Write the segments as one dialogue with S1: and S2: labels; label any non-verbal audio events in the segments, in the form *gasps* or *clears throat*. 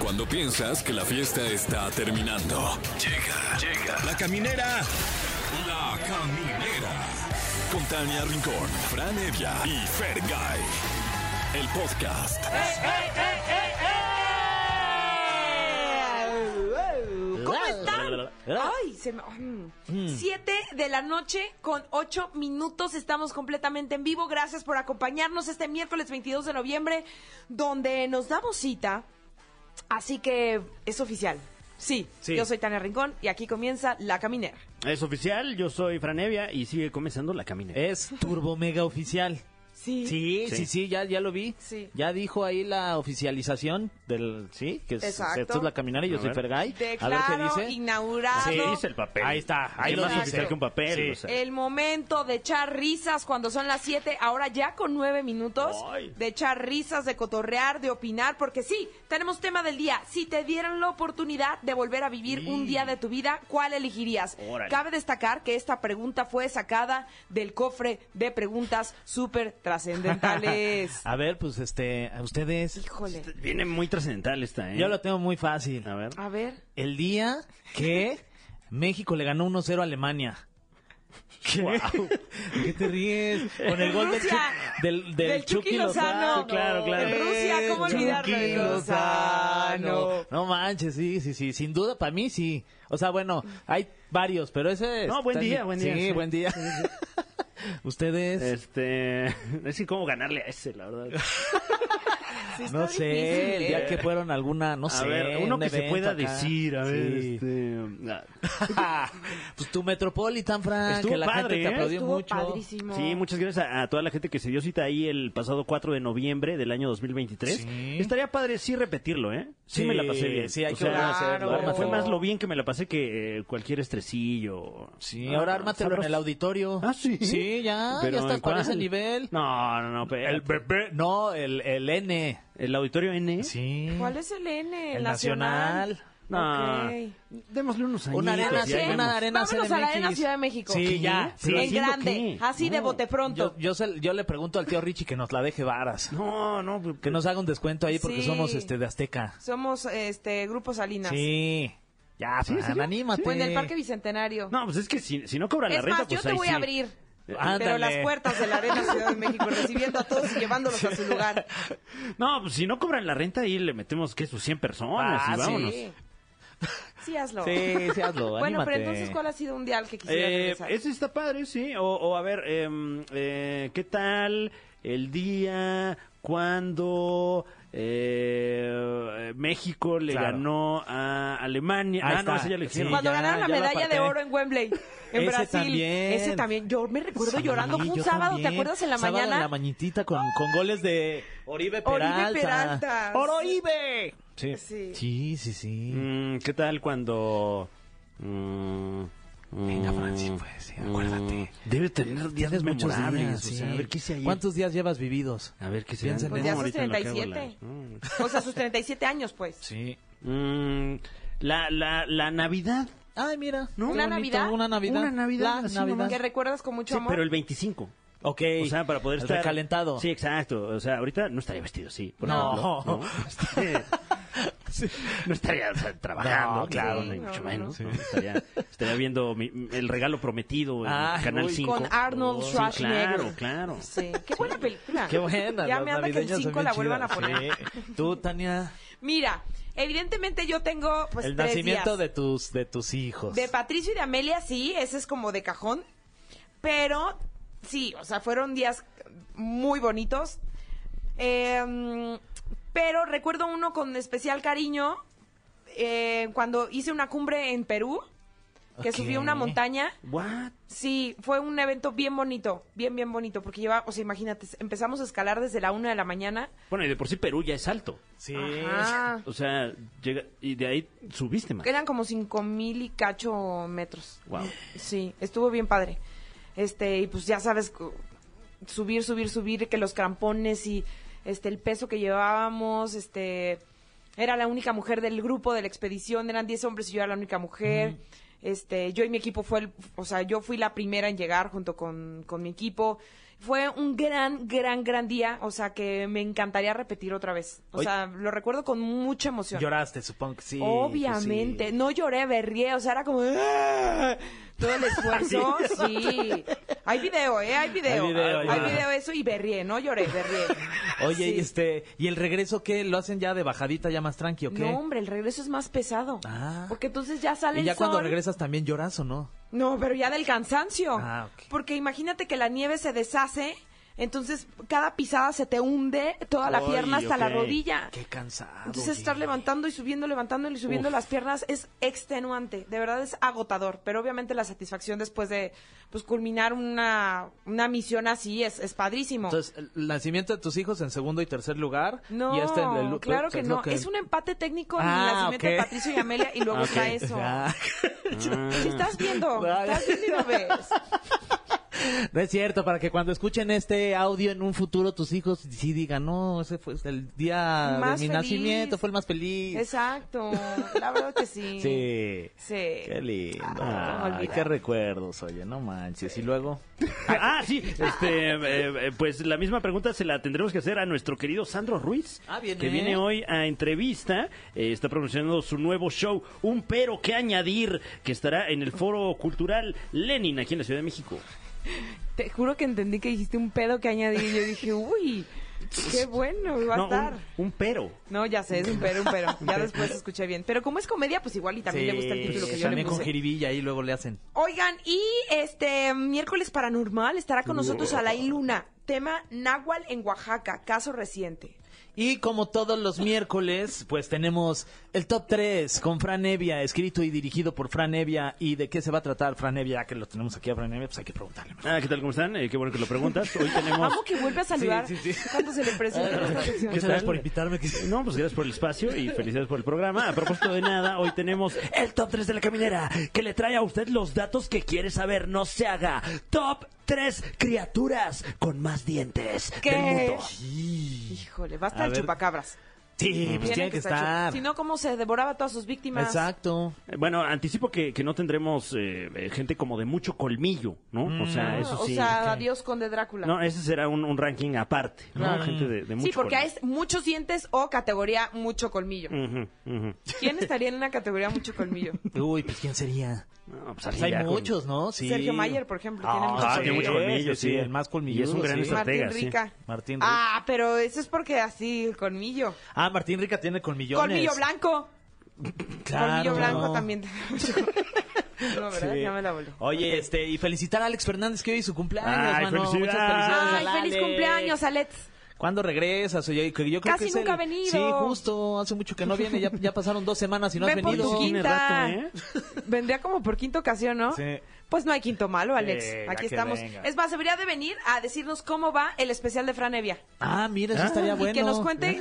S1: Cuando piensas que la fiesta está terminando. Llega, llega. La caminera. La caminera. Con Tania Rincón, Fran Evia y Fer El podcast.
S2: ¿Cómo están? Ay, se me... mm. Siete de la noche con ocho minutos. Estamos completamente en vivo. Gracias por acompañarnos este miércoles 22 de noviembre, donde nos damos cita. Así que es oficial. Sí,
S3: Sí.
S2: yo soy Tania Rincón y aquí comienza La Caminera.
S3: Es oficial, yo soy Franevia y sigue comenzando la caminera.
S4: Es turbo mega oficial.
S2: Sí.
S4: Sí,
S3: Sí.
S4: sí, sí, ya, ya lo vi.
S2: Sí.
S4: Ya dijo ahí la oficialización del, sí, que es,
S2: Exacto.
S4: esto es la caminera y
S3: A
S4: yo soy
S3: ver.
S4: Fergay. A ver qué
S2: Declaro
S4: dice.
S2: inaugurado.
S3: Sí, dice el papel.
S4: Ahí está, ahí
S3: ¿Qué
S4: lo
S3: más
S2: dice.
S3: oficial que un papel.
S4: Sí.
S3: o sea.
S2: El momento de echar risas cuando son las 7, ahora ya con 9 minutos.
S3: Ay.
S2: De echar risas, de cotorrear, de opinar, porque sí, tenemos tema del día. Si te dieran la oportunidad de volver a vivir
S3: Y-
S2: un día de tu vida, ¿cuál elegirías?
S3: Órale.
S2: Cabe destacar que esta pregunta fue sacada del cofre de preguntas súper
S4: *laughs*
S2: trascendentales.
S4: A ver, pues este, a ustedes.
S2: Híjole.
S3: Este, Viene muy trascendental esta, ¿eh?
S4: Yo lo tengo muy fácil.
S3: A ver.
S2: A ver.
S4: El día que México le ganó 1-0 a Alemania. ¿Qué? ¿Qué te ríes? Con el gol del,
S2: Rusia.
S4: Chuck- del, del
S2: Del Chucky
S4: Chucky
S2: Lozano.
S4: Lozano. Claro, claro.
S2: Rusia, ¿cómo
S4: Chucky
S2: olvidarlo de Lozano?
S4: No manches, sí, sí, sí. Sin duda, para mí sí. O sea, bueno, hay varios, pero ese
S3: No, buen
S4: está en
S3: día,
S4: mi-
S3: buen día,
S4: Sí,
S3: sí.
S4: buen día. *laughs* Ustedes.
S3: Este. *laughs* Es que cómo ganarle a ese, la verdad.
S2: Sí está
S4: No sé,
S2: difícil,
S4: el
S2: ¿eh?
S4: día que fueron alguna, no
S3: A
S4: sé.
S3: ver, uno
S4: un
S3: que se
S4: evento
S3: pueda
S4: acá.
S3: decir, a ver,
S4: Sí.
S3: este. ah,
S4: pues tu Metropolitan, Frank,
S3: Estuvo
S4: que la
S3: padre,
S4: gente te
S3: ¿eh?
S4: aplaudió
S2: Estuvo
S4: mucho.
S2: padrísimo.
S3: Sí, muchas gracias a, a toda la gente que se dio cita ahí el pasado 4 de noviembre del año 2023.
S4: Sí.
S3: Estaría padre sí repetirlo, ¿eh? Sí,
S4: Sí,
S3: me la pasé bien.
S4: sí, hay
S3: O
S4: que volver
S2: a hacerlo.
S3: fue- Fue
S2: Claro.
S3: más lo bien que me la pasé que eh, cualquier estresillo.
S4: Sí,
S3: Ah,
S4: ahora ármatelo
S3: sabroso.
S4: en el auditorio.
S3: Ah, sí.
S4: Sí, ya,
S3: Pero
S4: ya estás
S3: ¿en cuál?
S4: para ese nivel.
S3: No, no, no. pe- El,
S4: bebé. No, el, el N.
S3: auditorio N.
S4: Sí.
S2: ¿Cuál es el N?
S4: El nacional.
S3: No.
S2: Ok.
S3: Démosle unos años.
S4: Una arena,
S2: sí,
S4: una arena
S2: Vámonos a la Arena
S4: CDMX.
S2: Ciudad de México.
S4: Sí,
S2: ¿Qué?
S4: ya.
S3: Sí.
S2: en
S3: ¿Haciendo
S2: grande.
S3: qué?
S2: Así de
S3: No.
S2: bote pronto.
S4: Yo, yo, se- yo le pregunto al tío Richie que nos la deje varas.
S3: No, no. pues, pe-
S4: Que nos haga un descuento ahí porque
S2: Sí.
S4: somos este de Azteca.
S2: Somos este Grupo Salinas.
S4: Sí. Ya,
S3: ¿Sí, en
S4: Fran,
S3: serio?
S4: Ah, anímate.
S2: O en el Parque Bicentenario.
S3: No, pues es que si, si no cobran la
S2: es
S3: renta,
S2: más, yo
S3: pues
S2: te
S3: ahí
S2: voy
S3: sí.
S2: a abrir. Pero
S4: Ándale.
S2: las puertas de la
S4: *laughs*
S2: Arena Ciudad de México, recibiendo a todos y llevándolos a su lugar.
S3: No, pues si no cobran la renta, ahí le metemos, ¿qué? Sus 100 personas
S4: Ah,
S3: y
S4: sí.
S3: vámonos.
S2: Sí. Sí, hazlo.
S4: Sí, sí, hazlo,
S2: Bueno,
S4: anímate.
S2: pero entonces, ¿cuál ha sido un día al que quisiera
S3: Eh,
S2: regresar?
S3: ese está padre, sí. O, o a ver, em, eh, ¿qué tal el día cuando eh, México le
S4: Claro.
S3: ganó a Alemania?
S4: Ahí
S3: ah, no,
S4: está.
S3: ese ya lo
S4: Sí.
S3: hicieron.
S2: Cuando
S4: ya,
S2: ganaron la
S4: ya lo
S2: medalla de
S4: aparté.
S2: oro en Wembley, en
S4: Ese
S2: Brasil.
S4: también.
S2: Ese también. Yo me recuerdo
S4: Sí,
S2: llorando. Fue un
S4: yo
S2: sábado,
S4: también.
S2: ¿te acuerdas? En la
S4: Sábado
S2: mañana.
S4: en la mañanita con, con goles de Oribe Peralta.
S2: Oribe Peralta.
S4: ¡Oribe! Sí.
S2: Sí.
S4: Sí, sí, sí.
S3: Mm, ¿Qué tal cuando... mm,
S4: Venga,
S3: mm,
S4: Francis, pues, sí, acuérdate.
S3: mm, Debe tener días
S4: Tienes muchos
S3: memorables.
S4: días,
S3: o
S4: sí.
S3: sea, a ver, ¿qué hice ayer?
S4: ¿Cuántos días llevas vividos?
S3: A ver, ¿qué se
S4: Piensa en
S3: No,
S4: eso. Ya sos
S3: ahorita en lo que hago
S2: 37.
S3: la- Mm.
S2: O sea, sus 37 años, pues.
S4: Sí.
S3: Mm, la, la, la Navidad,
S4: Ay, mira.
S3: ¿no?
S2: Una
S4: Qué bonito,
S2: Navidad.
S4: Una Navidad.
S3: Una Navidad,
S4: La
S3: así
S4: Navidad.
S3: nomás.
S2: Que recuerdas con mucho
S3: Sí,
S2: amor.
S3: pero el 25.
S4: Ok.
S3: O sea, para poder
S4: El
S3: estar...
S2: *laughs*
S4: recalentado.
S3: Sí, exacto. O sea, ahorita no estaría vestido, sí. por
S4: No.
S3: ejemplo,
S4: *laughs*
S3: No, Este,
S4: Sí.
S3: no estaría o sea, trabajando,
S4: No,
S3: claro,
S2: sí,
S3: ni
S2: no,
S3: mucho
S2: no.
S3: menos. ¿no? Estaría, estaría viendo mi- el regalo prometido en
S4: Ay,
S3: Canal
S4: uy.
S3: 5.
S2: Con Arnold
S3: Sí,
S2: Schwarzenegger.
S3: claro, claro.
S2: Sí, qué buena película.
S4: Qué buena.
S2: Ya
S4: las
S2: me anda que el
S4: navideñas son
S2: 5
S4: bien
S2: la vuelvan a
S4: chidas.
S2: poner. *laughs*
S4: Sí. Tú, Tania,
S2: Mira, evidentemente yo tengo pues
S4: el
S2: tres
S4: nacimiento
S2: días.
S4: de tus, de tus hijos.
S2: De Patricio y de Amelia, sí, ese es como de cajón. Pero sí, o sea, fueron días muy bonitos. Eh, pero recuerdo uno con especial cariño eh, cuando hice una cumbre en Perú, que
S4: Ok.
S2: subí a una montaña.
S3: What?
S2: Sí, fue un evento bien bonito, bien, bien bonito, porque lleva, o sea, imagínate, empezamos a escalar desde la una de la mañana.
S3: Bueno, y de por sí Perú ya es alto.
S4: Sí.
S2: Ajá.
S3: O sea, llega y de ahí subiste más.
S2: Eran como cinco mil y cacho metros.
S3: Wow.
S2: Sí, estuvo bien padre. Este, y pues ya sabes, cu- subir, subir, subir, que los crampones y este el peso que llevábamos, este era la única mujer del grupo de la expedición, eran 10 hombres y yo era la única mujer. Este, yo y mi equipo fue el, o sea, yo fui la primera en llegar junto con, con mi equipo. Fue un gran, gran, gran día. O sea, que me encantaría repetir otra vez. O
S4: Oye.
S2: sea, lo recuerdo con mucha emoción.
S4: Lloraste, supongo que sí. pues sí.
S2: Obviamente, no lloré, berrié, o sea, era como ¡ah! todo
S4: *laughs*
S2: el esfuerzo, sí. Hay video, eh, hay video.
S4: Hay video, hay
S2: Hay
S4: video.
S2: video, eso y berrié, no lloré, berrié.
S4: *laughs* Oye,
S2: Sí.
S4: y este, ¿y el regreso qué? ¿Lo hacen ya de bajadita, ya más tranqui o qué?
S2: No, hombre, el regreso es más pesado.
S4: Ah.
S2: Porque entonces ya sale
S4: y ya
S2: el
S4: cuando
S2: sol.
S4: regresas también lloras o no?
S2: No, pero ya del cansancio.
S4: Ah, ok.
S2: Porque imagínate que la nieve se deshace, entonces cada pisada se te hunde toda la
S3: Ay,
S2: pierna hasta la
S3: ok.
S2: rodilla.
S4: Qué cansado.
S2: Entonces estar
S4: oye.
S2: levantando y subiendo, levantando y subiendo las piernas es extenuante, de verdad es agotador, pero obviamente la satisfacción después de pues culminar una, una misión así es, es padrísimo.
S4: Entonces, el nacimiento de tus hijos en segundo y tercer lugar.
S2: no,
S4: y este en el-
S2: claro
S4: pues,
S2: que
S4: es
S2: no,
S4: lo
S2: es un empate técnico en
S4: Ah,
S2: el nacimiento de
S4: ok.
S2: Patricio y Amelia y
S4: *laughs*
S2: luego está
S3: Ok.
S2: eso.
S4: Ah.
S2: Si estás
S4: *laughs*
S2: viendo,
S4: Ay.
S2: estás viendo y lo
S4: *laughs*
S2: ves.
S4: No es cierto, para que cuando escuchen este audio en un futuro tus hijos sí digan, no, ese fue el día
S2: Más
S4: de mi
S2: feliz.
S4: nacimiento, fue el más feliz.
S2: Exacto, la verdad que sí.
S4: Sí.
S2: Sí.
S4: Qué lindo.
S2: Ah, ¿cómo
S4: Ay,
S2: olvidar?
S4: qué recuerdos, oye, no manches. Y luego.
S3: Ah, sí, este, eh, eh, pues la misma pregunta se la tendremos que hacer a nuestro querido Sandro Ruiz,
S4: Ah, viene.
S3: que viene hoy a entrevista, eh, está promocionando su nuevo show, Un Pero que Añadir, que estará en el Foro Cultural Lenin, aquí en la Ciudad de México.
S2: Te juro que entendí que dijiste un pedo que añadí y yo dije, uy,
S4: *laughs*
S2: qué bueno, va a
S3: No,
S2: estar.
S3: un, un pero.
S2: No, ya sé, es un pero, un pero. Ya después escuché bien. Pero como es comedia, pues igual y también le gusta el
S4: Sí,
S2: título que yo le
S4: También con
S2: puse.
S4: jiribilla y luego le hacen.
S2: Oigan, y este miércoles paranormal estará con nosotros
S4: Uh.
S2: Alain Luna. Tema Nahual en Oaxaca, caso reciente.
S4: Y como todos los miércoles, pues tenemos el top 3 con Fran Evia, escrito y dirigido por Fran Evia. ¿Y de qué se va a tratar Fran Evia? Ya que lo tenemos aquí a Fran Evia, pues hay que preguntarle.
S3: Ah, ¿qué tal? ¿Cómo están? Eh, qué bueno que lo preguntas. Hoy tenemos...
S2: *laughs* Amo que vuelve a saludar
S4: Ah. sí, sí.
S2: cuando se le
S4: *laughs*
S2: presenta en esta sección.
S3: ¿Qué
S4: Muchas
S3: tal?
S4: gracias por invitarme. que-
S3: No, pues gracias por el espacio y felicidades por el programa. A propósito de nada, hoy tenemos el top 3 de la caminera, que le trae a usted los datos que quiere saber. No se haga. Top 3 criaturas con más dientes del
S2: ¿Qué?
S3: mundo.
S2: Híjole, va a
S4: A
S2: estar el
S4: ver.
S2: chupacabras.
S4: Sí, pues tiene que
S2: estar
S4: estar.
S2: chup- Si no, ¿cómo se devoraba todas sus víctimas?
S4: Exacto.
S3: Eh, Bueno, anticipo que, que no tendremos eh, eh, gente como de mucho colmillo, ¿no? O sea,
S2: Ah,
S3: eso sí.
S2: o sea, adiós Conde Drácula.
S3: No, ese será un, un ranking aparte, ¿no?
S2: Claro.
S3: Gente de, de mucho
S2: sí, porque
S3: colmillo.
S2: es muchos dientes o categoría mucho colmillo.
S3: Ujú, ujú.
S2: ¿Quién estaría en una categoría mucho colmillo?
S4: Uy, pues ¿quién sería?
S3: No, pues
S4: Pues
S3: alguien
S4: hay
S3: ya con-
S4: muchos, ¿no? Sí.
S2: Sergio Mayer, por ejemplo, tiene mucho
S3: Ah,
S2: colmillo.
S3: tiene mucho colmillo,
S4: sí,
S3: sí.
S4: el más colmilludo,
S3: Y es un gran
S4: sí.
S3: estratega,
S2: Martín
S3: sí.
S2: Rica.
S4: Martín Rica.
S2: Ah, pero eso es porque así, el colmillo.
S4: Ah, Martín Rica tiene colmillones.
S2: Colmillo blanco.
S4: Claro.
S2: Colmillo blanco también. *laughs* no, ¿verdad?
S4: Sí.
S2: Ya me la voló.
S4: Oye, este, y felicitar a Alex Fernández que hoy es su cumpleaños,
S3: Ay,
S4: mano.
S3: felicidades.
S4: Muchas felicidades.
S2: Ay,
S4: al
S2: feliz
S4: Alex.
S2: cumpleaños, Alex.
S4: ¿Cuándo regresas? Oye, que yo creo
S2: Casi
S4: que es
S2: nunca
S4: el-
S2: ha venido.
S4: Sí, justo, hace mucho que no viene, ya, ya pasaron dos semanas y no
S2: Ven
S4: has
S2: por
S4: venido.
S2: tu
S3: Tiene
S2: quinta.
S3: rato, ¿eh?
S2: Vendría como por quinta ocasión, ¿no?
S4: Sí.
S2: Pues no hay quinto malo, Alex.
S4: Sí, ya
S2: Aquí
S4: que
S2: estamos.
S4: venga.
S2: Es más, debería de venir a decirnos cómo va el especial de Fran Evia.
S4: Ah, mira, eso estaría
S2: y
S4: bueno. ¿Eh?
S2: que nos cuente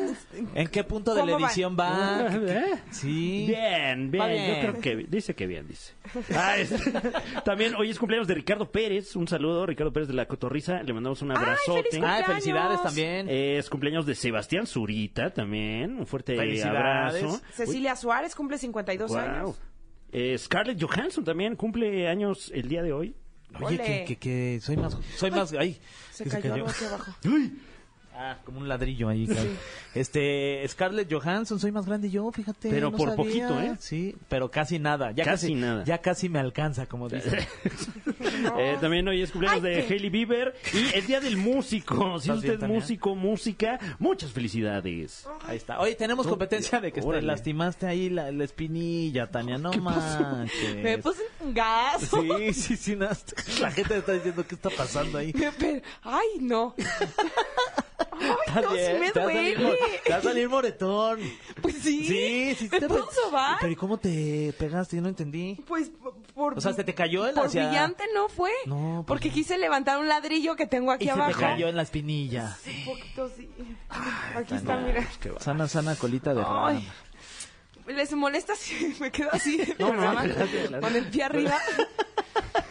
S4: ¿En qué punto de la
S2: ¿Cómo va?
S4: edición va? ¿Qué- qué-
S3: ¿Eh?
S4: Sí.
S3: Bien, bien,
S4: Va
S3: Yo
S4: bien.
S3: creo que dice que bien, dice. Ah, es- *laughs* también hoy es cumpleaños de Ricardo Pérez. Un saludo, Ricardo Pérez de la Cotorriza. Le mandamos un abrazote.
S2: feliz
S4: Ah,
S2: Cumpleaños. Eh,
S4: felicidades también.
S3: es cumpleaños de Sebastián Zurita también. Un fuerte
S4: Felicidades.
S3: abrazo.
S2: Cecilia Suárez cumple 52
S3: Wow.
S2: años.
S3: Eh, Scarlett Johansson también cumple años el día de hoy.
S4: Oye,
S2: Ole.
S4: que, que, que soy más, soy más, ay,
S2: Se
S4: que
S2: cayó algo aquí abajo.
S4: Ah, como un ladrillo ahí. claro. Este, Scarlett Johansson, soy más grande yo, fíjate.
S3: Pero
S4: no
S3: por
S4: sabía.
S3: poquito, ¿eh?
S4: Sí, pero casi nada. Ya
S3: Casi
S4: casi,
S3: nada.
S4: Ya casi me
S3: *laughs*
S4: alcanza, como dicen.
S3: Eh, también hoy es cumpleaños
S2: Ay,
S3: de
S2: qué-
S3: Hailey Bieber y el día del músico. Si
S4: ¿Estás
S3: es
S4: bien,
S3: usted
S4: Tania?
S3: músico, música, muchas felicidades.
S4: Ahí está. Oye, tenemos competencia de que te
S3: Órale.
S4: lastimaste ahí la, la espinilla, Tania. No manches.
S2: Me puse un gas.
S4: Sí, sí, sí. no, La gente está diciendo, ¿qué está pasando ahí?
S2: *laughs* Me pe- Ay, no. Ay, no, sí me
S4: te va a salir
S2: duele.
S4: mo- te va a salir moretón.
S2: Pues sí.
S4: Sí, sí.
S2: ¿Me
S4: te-
S2: puedo sobar?
S4: Pero ¿y cómo te pegaste? Yo no entendí.
S2: Pues por.
S4: O sea, ¿se te cayó el
S2: Por
S4: hacia-
S2: brillante no fue.
S4: No, pues
S2: porque
S4: no.
S2: quise levantar un ladrillo que tengo aquí
S4: Y se
S2: abajo.
S4: te cayó Ah, en la espinilla.
S2: Un poquito, sí. Aquí está, mira.
S4: Sana, sana colita de rana.
S2: Ay. ¿Les molesta si *laughs* me quedo así? en el
S3: No, no,
S2: programa?
S4: *laughs*
S3: adelante, adelante.
S2: Con el pie arriba.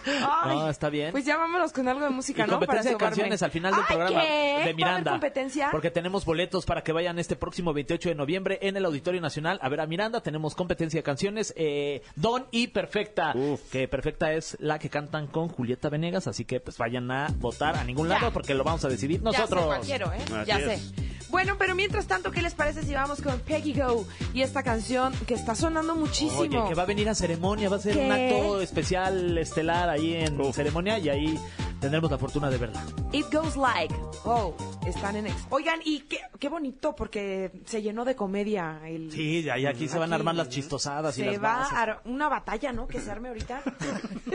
S2: Ay,
S4: No, Ah, está bien.
S2: Pues ya vámonos con algo de música,
S4: y
S2: ¿no?
S4: competencia de
S2: sobarme.
S4: canciones al final del
S2: Ay,
S4: programa
S2: ¿qué?
S4: de
S2: ¿Va a haber
S4: Miranda.
S2: competencia?
S4: Porque tenemos boletos para que vayan este próximo 28 de noviembre en el Auditorio Nacional a ver a Miranda. Tenemos competencia de canciones eh, Don y Perfecta. Que Perfecta es la que cantan con Julieta Venegas. Así que pues vayan a votar a ningún
S2: Ya.
S4: lado porque lo vamos a decidir
S2: Ya sé
S4: nosotros.
S2: cuál quiero, ¿eh?
S3: Así
S2: ya
S3: es.
S2: sé. Bueno, pero mientras tanto, ¿qué les parece si vamos con Peggy Go y esta canción que está sonando muchísimo?
S4: Oye, que va a venir a ceremonia, va a ser un
S2: ¿Qué?
S4: acto especial estelar ahí en ceremonia y ahí tendremos la fortuna de verla.
S2: It Goes Like. Oh, están en ex. Oigan, y qué, qué bonito porque se llenó de comedia el...
S4: Sí, y ahí aquí se van a
S2: Aquí.
S4: armar las chistosadas y
S2: Se
S4: las
S2: va
S4: bases.
S2: a ar- una batalla, ¿no? Que se arme ahorita.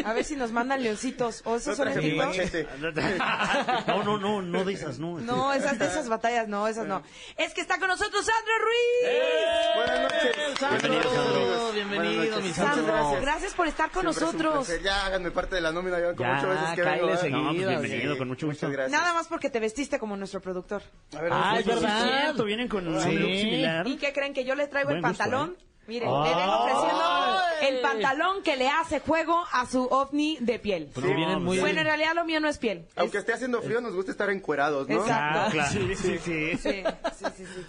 S2: A ver si nos mandan leoncitos. ¿O esos son en
S5: Traje mi
S2: TikTok?
S5: machete.
S3: *laughs* No, no, no, no de esas, no.
S2: No, esas de esas batallas, no, esas no. Es que está con nosotros Sandro Ruiz.
S5: Buenas noches.
S4: Sandro!
S5: Bienvenido, Sandro.
S4: Bienvenido,
S5: Buenas noches.
S4: mi
S2: Sandro,
S5: Muchas
S2: gracias. por estar con
S5: Siempre es un
S2: nosotros.
S5: placer. Ya háganme parte de la nómina, llevan como
S4: Ya,
S5: ocho veces que
S4: cáele
S5: vengo. ¿eh?
S4: seguido,
S5: No, pues,
S3: bienvenido, con mucho gusto.
S5: Muchas gracias.
S2: Nada más porque te vestiste como nuestro productor.
S5: A ver,
S4: Ah,
S5: vamos
S4: es
S5: con-
S4: verdad.
S3: Pues Cierto, vienen con
S4: Sí.
S3: un look similar.
S2: ¿Y qué creen que yo le traigo el
S3: Buen gusto,
S2: pantalón?
S3: ¿eh?
S2: Miren, le vengo ofreciendo el pantalón que le hace juego a su ovni de piel.
S4: Porque vienen muy
S2: Bueno, en realidad lo mío no es piel.
S5: Aunque esté haciendo frío, nos gusta estar encuerados, ¿no?
S2: Exacto.
S3: Claro, Ah, claro. Sí, sí, sí.
S2: Sí, este, sí, sí, sí.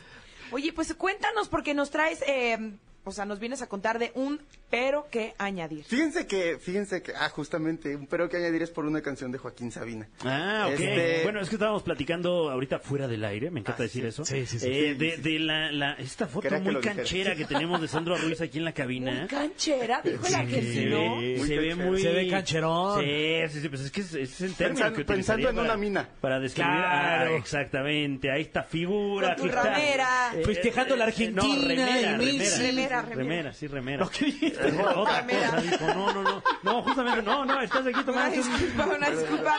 S2: Oye, pues cuéntanos porque nos traes, eh, o sea, nos vienes a contar de un pero que añadir.
S5: Fíjense que, fíjense que, ah, justamente, un pero que añadir es por una canción de Joaquín Sabina.
S3: Ah, ok.
S5: Este-
S3: Bueno, es que estábamos platicando ahorita fuera del aire, me encanta decir eso.
S4: Sí, sí, sí.
S3: Eh, de de la, la- esta foto
S5: Quería que
S3: muy
S5: lo dijeras.
S3: canchera que tenemos de Sandro Ruiz aquí en la cabina.
S2: Un canchera, dijo el
S3: se
S2: argentino.
S3: ve,
S5: Muy
S3: se ve
S5: canchero.
S3: muy...
S4: Se ve cancherón.
S3: Sí, sí, sí, pues es que es, es el término
S5: Pensando-
S3: que utilizaría
S5: pensando en una
S3: para-
S5: mina.
S3: Para describir,
S4: Claro.
S3: ah, exactamente, a esta figura.
S2: Con tu
S3: que está- Eh,
S2: remera.
S4: Festejando la Argentina,
S3: No, remera,
S4: el
S3: remera,
S4: Messi.
S2: Remera, remera.
S3: sí, remera. Eh, Otra
S2: Remera.
S3: cosa, dijo, no, no, no, no, justamente, no, no, estás aquí
S2: Una
S3: tomando... un-
S2: disculpa, una disculpa.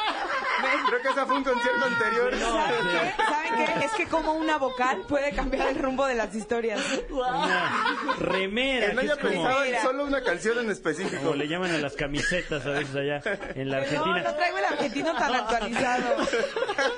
S2: Me-
S5: Creo que esa fue un concierto anterior.
S2: ¿Saben qué? ¿Saben qué? Es que como una vocal puede cambiar el rumbo de las historias.
S3: Una remera,
S5: Que no
S3: que es
S5: haya
S3: como,
S5: pensado en
S2: Mira.
S5: solo una canción en
S3: como
S5: específico.
S3: le llaman a las camisetas a veces allá en la Argentina.
S2: No, no traigo el argentino tan actualizado.
S5: *laughs*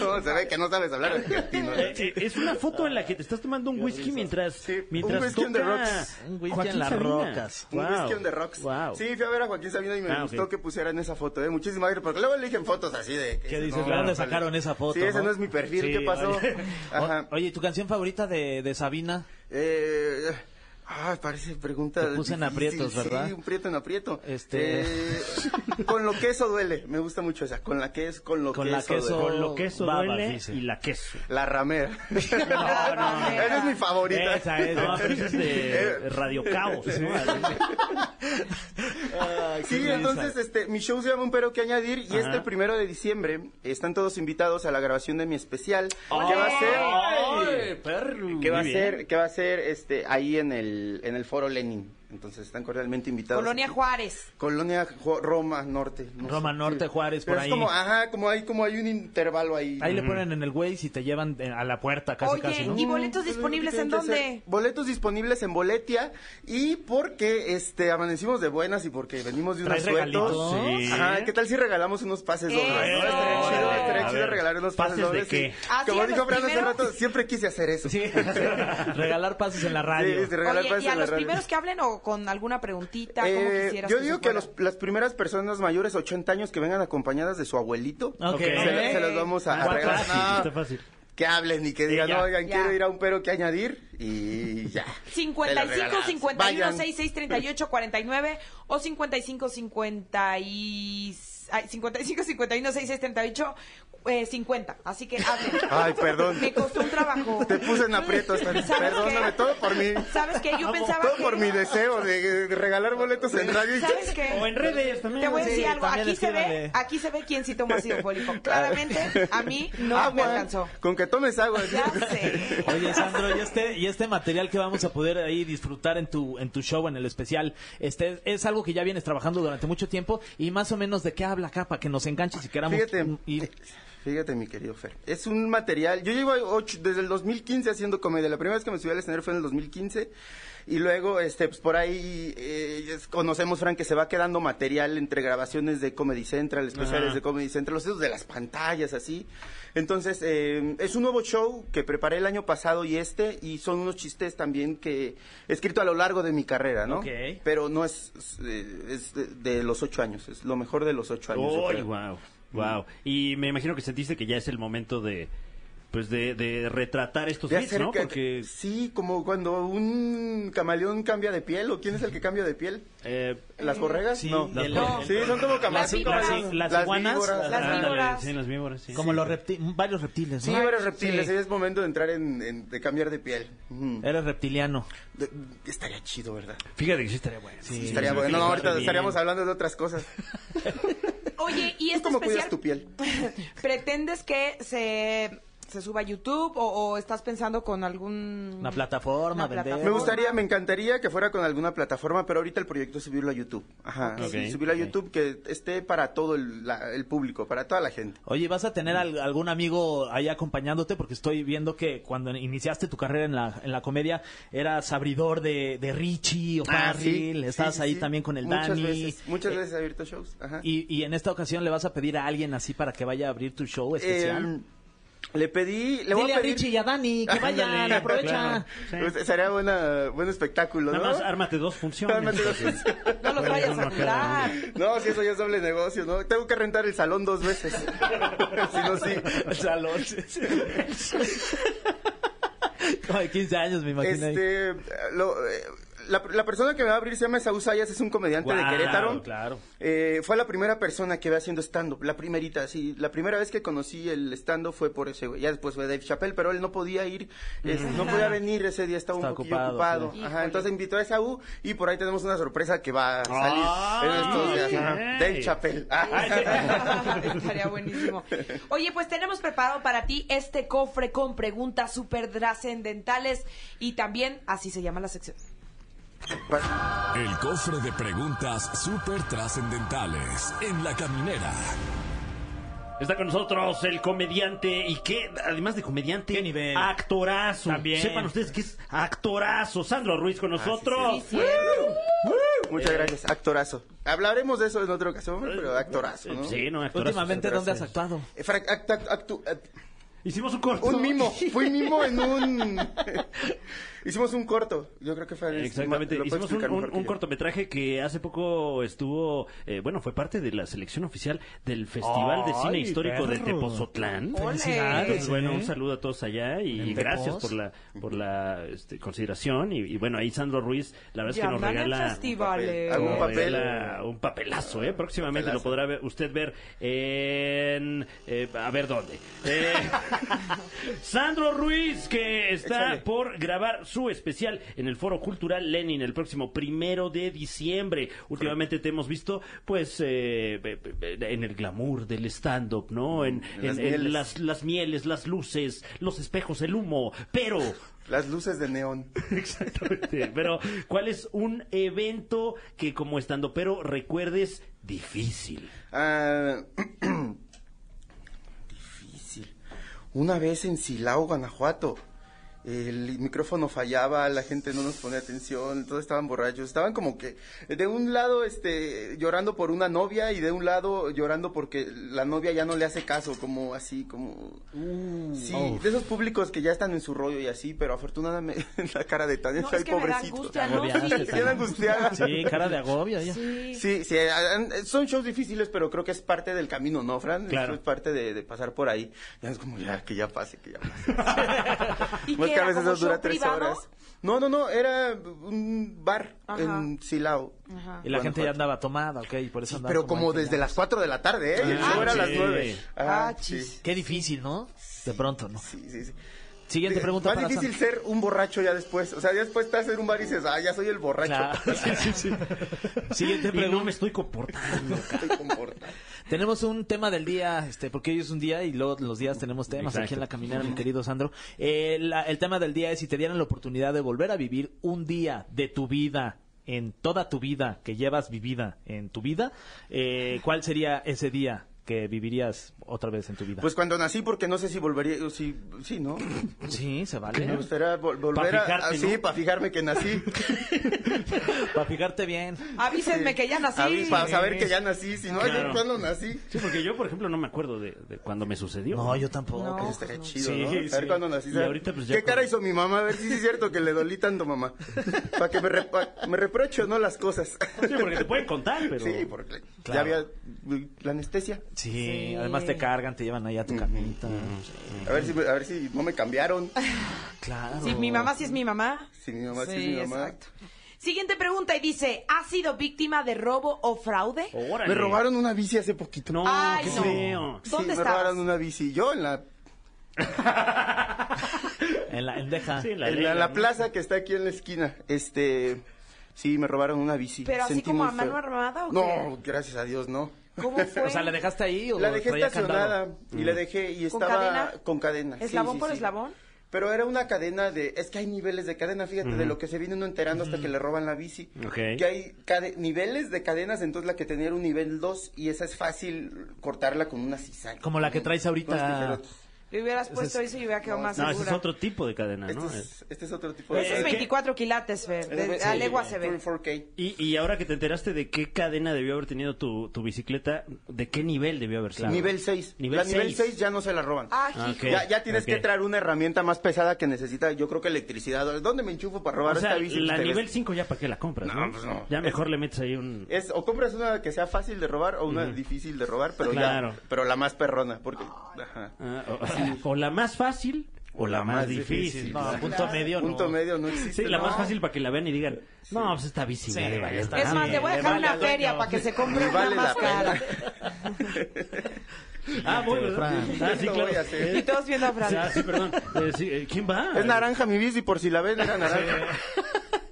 S5: No, se ve que no sabes hablar argentino. ¿eh?
S3: Eh, eh, es una foto en la que te estás tomando un whisky mientras,
S5: Sí, un
S3: mientras
S5: whisky on the
S3: toca
S5: rocks.
S4: Un whisky
S3: Joaquín
S4: en las
S3: Sabina.
S4: rocas.
S5: Un
S3: Wow.
S5: whisky on the rocks.
S3: Wow.
S5: Sí, fui a ver a Joaquín Sabina y me
S3: Ah,
S5: gustó
S3: ok.
S5: que pusieran esa foto, ¿eh? Muchísimas gracias, porque luego eligen fotos así de... que
S4: ¿Qué
S5: dices,
S4: dices?
S5: no,
S4: ¿De dónde
S5: vale.
S4: sacaron esa foto?
S5: Sí, ese no es mi perfil,
S4: Sí,
S5: ¿qué pasó?
S4: oye.
S5: *laughs* Ajá.
S4: O- Oye, ¿tu canción favorita de, de Sabina?
S5: Eh, ah, parece pregunta.
S4: Te puse en
S5: difícil,
S4: aprietos, ¿verdad?
S5: Sí, un prieto en aprieto.
S4: Este-
S5: Eh, con lo que eso duele. Me gusta mucho esa. Con la que es, con lo
S4: Con
S5: que
S4: la
S5: eso
S4: que eso-
S5: duele.
S3: Con lo queso
S4: Babas,
S3: duele
S4: dice.
S3: y la queso.
S5: La
S4: *laughs*
S5: ramera.
S2: no, no.
S5: Esa es mi favorita.
S4: Esa es.
S5: *laughs*
S3: No, pero esa es de
S5: Eh.
S3: Radio Caos, ¿no?
S5: Sí, entonces este, mi show se llama Un Pero que Añadir y este primero de diciembre están todos invitados a la grabación de mi especial. ¿Qué va a ser? ¿Qué va a
S3: Muy bien.
S5: ser? ¿Qué va a ser este, ahí en el, en el foro Lenin? Entonces están cordialmente invitados.
S2: Colonia Juárez.
S5: Colonia Ju- Roma Norte. no
S4: Roma
S5: sé.
S4: Norte, Juárez, por
S5: Pero es
S4: ahí.
S5: como, ajá, como hay, como hay un intervalo ahí.
S4: Ahí le ponen en el güey y te llevan eh, a la puerta casi,
S2: Oye, *laughs*
S4: casi, ¿no?
S2: ¿y boletos disponibles en
S5: Tienen que
S2: dónde?
S5: ser Boletos disponibles en Boletia y porque este amanecimos de buenas y porque venimos de unos
S4: ¿Traes regalitos?
S5: sueltos.
S3: Sí.
S5: Ajá, ¿qué tal si regalamos unos pases
S2: Eso.
S5: dobles? no? Estaría
S2: Eso.
S5: chido, estaría
S3: A
S5: chido
S3: ver,
S5: regalar unos
S3: ¿pases
S5: pases,
S3: de
S5: dobles.
S3: qué?
S5: sí.
S2: Así
S5: Como
S2: en
S5: dijo
S2: los
S5: Fran hace
S2: primeros-
S5: rato, siempre quise hacer eso.
S4: Sí. *laughs* Regalar pases en la radio.
S5: Sí, sí, regalar
S2: Oye,
S5: pases
S2: ¿y a
S5: en la
S2: los
S5: radio.
S2: primeros que hablen o con alguna preguntita? ¿Cómo
S5: Eh,
S2: quisieras
S5: yo
S2: se
S5: digo que
S2: fuera?
S5: los- las primeras personas mayores, 80 años, que vengan acompañadas de su abuelito,
S4: Ok.
S5: se,
S4: Ok.
S5: se los vamos a, a
S3: Está
S5: regalar.
S3: fácil,
S5: No,
S3: está fácil.
S5: que hablen y que digan,
S3: ya.
S5: oigan,
S2: Ya.
S5: quiero ir a un pero que añadir y ya. Te lo
S2: 55
S5: regalamos.
S2: 51
S5: Vayan.
S2: 66 38 49 o 55 50 y... ay, 55 51 66 38 eh, 50. Así que hablen.
S5: Ay, perdón.
S2: Me costó un trabajo.
S5: Te puse en aprietos, Tania.
S2: ¿Sabes
S5: perdóname,
S2: qué?
S5: todo por mí.
S2: ¿Sabes qué? Yo pensaba
S5: Todo
S2: que-
S5: por mi deseo de, de regalar boletos en radio. y-
S2: ¿Sabes qué?
S3: O en redes también.
S2: Te voy a
S4: Sí,
S2: decir algo.
S4: también
S2: Aquí se, ve,
S4: escríbale.
S2: aquí se ve quién sí toma ácido fólico. Claramente, a mí no me
S5: Agua,
S2: alcanzó.
S5: Ah, Con que tomes agua.
S2: Ya sé.
S4: Oye, Sandro, y este, y este material que vamos a poder ahí disfrutar en tu, en tu show, en el especial, este, es algo que ya vienes trabajando durante mucho tiempo y más o menos de qué habla acá para que nos enganches y queramos
S5: Fíjate.
S4: ir.
S5: Fíjate, mi querido Fer. Es un material. Yo llevo ocho- desde el 2015 haciendo comedia. La primera vez que me subí al escenario fue en el 2015. Y luego, este, pues por ahí eh, es- conocemos, Frank, que se va quedando material entre grabaciones de Comedy Central, especiales de Comedy Central, los dedos de las pantallas, así. Entonces, eh, es un nuevo show que preparé el año pasado y este, y son unos chistes también que he escrito a lo largo de mi carrera, ¿no?
S4: Ok.
S5: Pero no es, es, eh, es de, de los ocho años, es lo mejor de los ocho años. yo
S3: ¡Uy,
S5: creo.
S3: wow! Wow. Y me imagino que sentiste que ya es el momento de pues de, de retratar estos
S5: De
S3: hits, ¿no?
S5: acerca-
S3: Porque
S5: Sí, como cuando un camaleón cambia de piel, o quién es el que cambia de piel.
S3: eh,
S5: ¿Las borregas?
S4: sí,
S5: no.
S4: el-
S2: No.
S5: Sí, son como
S4: Las,
S5: camaleones.
S4: las-
S5: como-
S4: las iguanas,
S5: víboras.
S2: Las
S3: ándale,
S2: víboras.
S3: sí, las víboras, sí.
S4: como los repti- varios reptiles,
S5: Sí,
S4: ¿no?
S5: varios reptiles.
S4: Sí.
S5: Es momento de entrar en, en- de cambiar de piel. Ujú.
S4: Eres reptiliano.
S5: De- estaría chido, ¿verdad?
S3: Fíjate que sí estaría bueno.
S4: Sí.
S5: estaría
S3: sí,
S5: bueno.
S3: sí,
S5: No,
S3: sí,
S5: ahorita
S3: bien.
S5: estaríamos hablando de otras cosas.
S2: Oye, ¿y
S5: ¿Tú
S2: este
S5: cómo
S2: especial
S5: cuidas tu piel?
S2: pretendes que se, se suba a YouTube o, o estás pensando con algún...
S4: Una plataforma,
S2: Una
S4: vender.
S5: Me
S2: plataforma.
S5: gustaría, me encantaría que fuera con alguna plataforma, pero ahorita el proyecto es subirlo a YouTube. Ajá,
S3: Ok.
S5: sí, subirlo
S3: Ok.
S5: a YouTube que esté para todo el, la- el público, para toda la gente.
S4: Oye, ¿vas a tener al- algún amigo ahí acompañándote? Porque estoy viendo que cuando iniciaste tu carrera en la, en la comedia, eras abridor de, de Richie o
S5: Ah, sí,
S4: Farril,
S5: sí,
S4: estabas
S5: sí,
S4: ahí
S5: sí.
S4: también con el
S5: muchas
S4: Dani.
S5: Veces, muchas
S4: Eh,
S5: veces he abierto shows. Ajá.
S4: Y, y en esta ocasión le vas a pedir a alguien así para que vaya a abrir tu show especial.
S5: Eh, le pedí, le voy
S4: Dile
S5: a
S4: a
S5: pedir.
S4: Richie y a Dani que vayan,
S3: Ándale,
S4: aprovecha.
S3: claro. Sí.
S5: Pues, sería buena, buen espectáculo,
S3: Nada
S5: ¿no?
S3: más ármate dos funciones.
S5: Ármate dos funciones.
S2: No los
S3: Bueno,
S2: vayas a
S3: no, claro.
S5: *laughs*
S2: curar.
S5: No, si eso ya es doble negocio, ¿no? Tengo que rentar el salón dos veces. *laughs* si no, sí.
S4: *laughs* El
S5: *laughs*
S4: salón. Como de 15 años, me imagino. ahí.
S5: Este, lo- eh, la, la persona que me va a abrir se llama Saúl Sayas, es un comediante de
S3: Guau,
S5: Querétaro.
S3: claro.
S5: Eh, fue la primera persona que ve haciendo stand-up, la primerita, sí. La primera vez que conocí el stand-up fue por ese güey. Ya después fue Dave Chappelle, pero él no podía ir, es- no podía venir ese día, estaba
S4: Está
S5: un poquillo
S4: ocupado,
S5: ocupado.
S4: sí.
S5: Ajá, entonces invitó a Saúl y por ahí tenemos una sorpresa que va a salir en estos días.
S3: ¡Ay!
S5: Ajá. Dave Chappelle. Ah.
S2: Estaría buenísimo. Oye, pues tenemos preparado para ti este cofre con preguntas súper trascendentales y también así se llama la sección.
S1: El cofre de preguntas súper trascendentales en la caminera.
S3: Está con nosotros el comediante y que, además de comediante, Ah,
S4: ¿Qué nivel?
S3: actorazo.
S4: También.
S3: Sepan ustedes que es actorazo. Sandro Ruiz con
S5: Oh.
S3: nosotros.
S5: *laughs* Muchas gracias, actorazo. Hablaremos de eso en otra ocasión, pero actorazo, ¿no?
S3: Eh, Sí, no, actorazo.
S4: Últimamente, ¿dónde has
S3: actorazo.
S4: actuado?
S5: Eh, Frank, act- act- actu- eh,
S3: Hicimos un corto.
S5: un mimo,
S3: *laughs*
S5: fui mimo en un... Hicimos un corto, yo creo que fue...
S3: Exactamente,
S5: este lo puede
S3: hicimos un,
S5: explicar
S3: un-
S5: mejor que
S3: un
S5: yo.
S3: cortometraje que hace poco estuvo, eh, bueno, fue parte de la selección oficial del Festival de Cine
S4: ¡Ay,
S3: Histórico de
S4: perro!
S3: Tepozotlán.
S2: ¡Ole!
S3: Felicidades,
S4: ¿eh?
S3: bueno, un saludo a todos allá y
S4: En
S3: gracias
S4: Tepos.
S3: por la por la este, consideración y, y bueno, ahí Sandro Ruiz, la verdad es que nos
S2: Llaman en
S3: regala
S2: festivales.
S5: Algún
S3: nos
S5: papel.
S3: regala un papelazo, ¿eh? Próximamente lo
S5: Papelazo.
S3: podrá ver- usted ver en... eh, a ver dónde.
S5: *laughs*
S3: Eh, Sandro Ruiz, que está
S5: Échale.
S3: por grabar su especial en el Foro Cultural Lenin el próximo primero de diciembre. Últimamente te hemos visto, pues, eh, be- be- be- en el glamour del stand-up, ¿no? En,
S5: Mm, En las
S3: en- en
S5: mieles.
S3: las, las mieles, las luces, los espejos, el humo. Pero,
S5: Las luces de neón.
S3: exactamente, pero, ¿cuál es un evento que como stand pero recuerdes difícil?
S5: Ah, *clears throat* difícil. Una vez en Silao, Guanajuato, el micrófono fallaba, la gente no nos ponía atención, todos estaban borrachos, estaban como que de un lado este llorando por una novia y de un lado llorando porque la novia ya no le hace caso, como así, como sí, de esos públicos que ya están en su rollo y así, pero afortunadamente *laughs* la cara de Tania
S2: No,
S5: está
S2: es
S5: el
S2: que me da
S5: pobrecito.
S2: angustia, ¿no?
S4: Agobiaste,
S2: Sí.
S5: Bien angustiada.
S4: Sí, cara de agobio. ya.
S5: Sí, sí, eh, han- son shows difíciles, pero creo que es parte del camino, ¿no, Fran?
S3: Claro.
S5: Es parte de, de pasar por ahí. Ya es como, ya, que ya pase, que ya
S2: *laughs*
S5: pase.
S2: ¿Y
S5: Más
S2: qué
S5: Pues que a
S2: era,
S5: veces
S2: como
S5: nos dura
S2: show
S5: tres
S2: privado?
S5: horas. No, no, no, era un bar
S2: Ajá.
S5: en Silao.
S2: Ajá.
S4: Y la gente ya
S5: Guanajuato.
S4: andaba tomada, ok, y por eso
S5: Sí,
S4: andaba
S5: pero como
S4: ahí,
S5: desde
S4: ya.
S5: las 4 de la tarde, ¿eh? El
S3: Ah,
S5: show era a las
S3: sí.
S5: 9.
S2: Ah, chis.
S4: Qué difícil, ¿no? De pronto, ¿no?
S5: Sí, sí, sí.
S4: Siguiente pregunta
S5: Más
S4: para
S5: difícil
S4: Sam.
S5: ser un borracho ya después. O sea, ya después estás en un bar y dices, ah, ya soy el borracho.
S4: Claro. *laughs* Sí, sí, sí. Siguiente
S3: Y no
S4: pregunta.
S3: me estoy comportando.
S5: *laughs* Estoy comportado.
S4: Tenemos un tema del día, este, porque hoy es un día y luego los días tenemos temas
S3: Exacto.
S4: aquí en la caminera, mi querido Sandro. Eh, la- el tema del día es si te dieran la oportunidad de volver a vivir un día de tu vida, en toda tu vida que llevas vivida en tu vida, eh, ¿cuál sería ese día? que vivirías otra vez en tu vida?
S5: Pues cuando nací, porque no sé si volvería, o si, sí, ¿no?
S4: sí, se vale.
S5: Me gustaría vol- volver
S4: ¿Eh? Pa'
S5: a-
S4: fijarte,
S5: así,
S4: ¿no?
S5: para fijarme que nací.
S4: *laughs* Para fijarte bien.
S2: Avísenme que ya nací.
S5: Para saber que ya nací, si no, ay,
S3: Claro.
S5: ¿cuándo nací?
S3: Sí, porque yo, por ejemplo, no me acuerdo de, de cuando me sucedió.
S4: No, yo tampoco.
S2: No.
S5: Pues estaría chido,
S3: Sí,
S5: ¿no? A ver
S3: sí.
S5: cuándo nací.
S3: Y
S5: ¿sabes?
S3: ahorita, pues, ya
S5: ¿Qué
S3: con-
S5: cara hizo mi mamá? A ver si sí es cierto que le dolí tanto, mamá. Para que me, re- pa- me reproche o no las cosas.
S3: Pues Sí, porque te pueden contar, pero...
S5: *laughs* Sí, porque
S4: Claro.
S5: ya había la anestesia.
S4: Sí,
S2: Sí.
S4: además te cargan, te llevan ahí a
S3: Mm,
S4: tu camita.
S5: A ver si, a ver si no me cambiaron.
S4: Claro.
S2: Si mi mamá sí es mi mamá.
S5: Si mi mamá sí, es mi mamá.
S2: exacto. Siguiente pregunta y dice, ¿ha sido víctima de robo o fraude?
S3: Órale.
S5: Me robaron una bici hace poquito.
S3: No,
S2: Ay,
S3: qué
S2: no.
S3: feo.
S5: Sí,
S2: ¿Dónde
S5: me
S2: estabas?
S5: robaron una bici. Yo en la,
S4: En la en deja.
S3: Sí, la
S5: en
S3: ley,
S5: la, la
S3: ¿no?
S5: plaza que está aquí en la esquina. Este, sí, me robaron una bici.
S2: ¿Pero así
S5: Sentí
S2: como
S5: muy
S2: a mano
S5: feo.
S2: armada o
S5: No, gracias a Dios, no.
S2: ¿Cómo fue?
S4: O sea, ¿la dejaste ahí o
S5: La dejé
S4: traía candado? Mm.
S5: estacionada y la dejé y
S2: ¿Con
S5: estaba
S2: cadena?
S5: con cadena.
S2: ¿Eslabón por eslabón?
S5: Pero era una cadena de, es que hay niveles de cadena, fíjate, de lo que se viene uno enterando hasta que le roban la bici.
S3: Ok.
S5: Que hay cade- niveles de cadenas, entonces la que tenía era un nivel 2 y esa es fácil cortarla con una cizaña.
S4: Como la que traes
S5: Unas
S4: ahorita.
S5: tijerotas.
S2: Le hubieras puesto
S4: Ese
S2: eso y hubiera quedado más
S3: No, ese
S2: segura.
S3: es otro tipo de
S4: Ah,
S3: cadena,
S5: Este,
S3: ¿no?
S5: es, este es otro tipo de
S2: Ese es
S5: cadena.
S2: 24 quilates, Fer.
S5: Este
S2: De-
S5: es-
S2: a
S5: sí,
S2: legua se ve.
S5: 4K.
S3: Y, y ahora que te enteraste de qué cadena debió haber tenido tu, tu bicicleta, ¿de qué nivel debió haber sido?
S5: Nivel 6.
S3: Nivel
S5: la nivel
S3: 6.
S5: 6 ya no se la roban.
S2: Ah,
S3: Ah,
S2: hijo.
S3: ok.
S5: Ya, ya tienes
S3: ok.
S5: que traer una herramienta más pesada que necesita, yo creo que electricidad. ¿Dónde me enchufo para
S3: O
S5: robar
S3: sea,
S5: esta bici?
S3: la
S5: Pues te ves-
S3: nivel 5 ya para qué la compras, ¿no?
S5: No, pues no. Eh,
S3: Ya mejor le metes ahí un...
S5: Es, o compras una que sea fácil de robar o una difícil de robar, pero
S3: Claro.
S5: ya, pero la más perrona, porque ajá.
S3: Ah, o, o la más fácil o la más difícil.
S4: No, punto medio no.
S5: punto medio no existe.
S3: Sí, la
S5: ¿no?
S3: más fácil para que la vean y digan, no, pues esta bici
S4: Sí,
S3: vale, vale,
S4: es
S3: está
S2: Es más,
S3: bien".
S2: te voy a
S4: le
S2: dejar
S4: vale
S2: una
S4: al dueño.
S2: feria para que se compre
S5: Ni vale
S2: una más
S5: la pena.
S2: cara.
S3: Ah, bueno,
S4: Fran.
S3: Ah, sí,
S5: Lo
S3: claro.
S5: voy a hacer.
S2: Y todos viendo a Fran.
S3: Ah, sí, perdón. Eh, sí, eh, ¿Quién va?
S5: Es naranja mi bici, por si la ven, era naranja.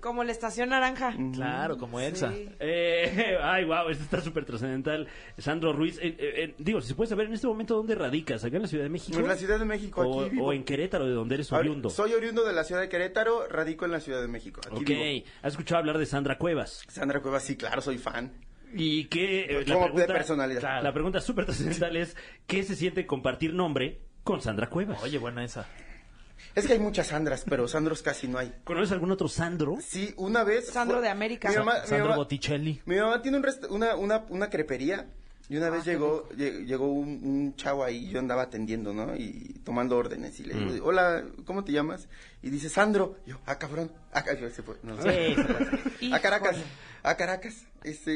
S2: Como la estación naranja.
S4: Mm. Claro, como Elsa.
S3: Eh, *laughs* ay, wow, esto está súper trascendental. Sandro Ruiz, eh, eh, eh, digo, si se puede saber en este momento dónde radicas, acá en la Ciudad de México.
S5: En la Ciudad de México,
S3: o,
S5: aquí vivo.
S3: o en Querétaro, de donde eres
S5: Ahora,
S3: oriundo.
S5: Soy oriundo de la ciudad de Querétaro, radico en la Ciudad de México. Aquí
S3: ok,
S5: vivo.
S3: has escuchado hablar de Sandra Cuevas.
S5: Sandra Cuevas, sí, claro, soy fan.
S3: Y que eh, la
S5: Como de
S3: pregunta,
S5: personalidad.
S3: Claro, La pregunta súper trascendental es, ¿qué se siente compartir nombre con Sandra Cuevas?
S4: Oye, buena esa.
S5: Es que hay muchas Sandras, pero Sandros casi no hay.
S3: ¿conoces algún otro Sandro?
S5: Sí, una vez.
S2: Sandro de América.
S5: Mi mamá, mi
S4: Sandro
S5: mamá-
S4: Botticelli.
S5: Mi mamá tiene un rest- una, una, una crepería y
S2: Ah,
S5: una vez llegó lle- llegó un, un chavo ahí, yo andaba atendiendo, ¿no? Y tomando órdenes y le digo, hola, ¿cómo te llamas? Y dice, Sandro. Y yo, ah, cabrón. Ah, ca- se fue. No, se fue. *laughs* a Caracas, a Caracas. Este,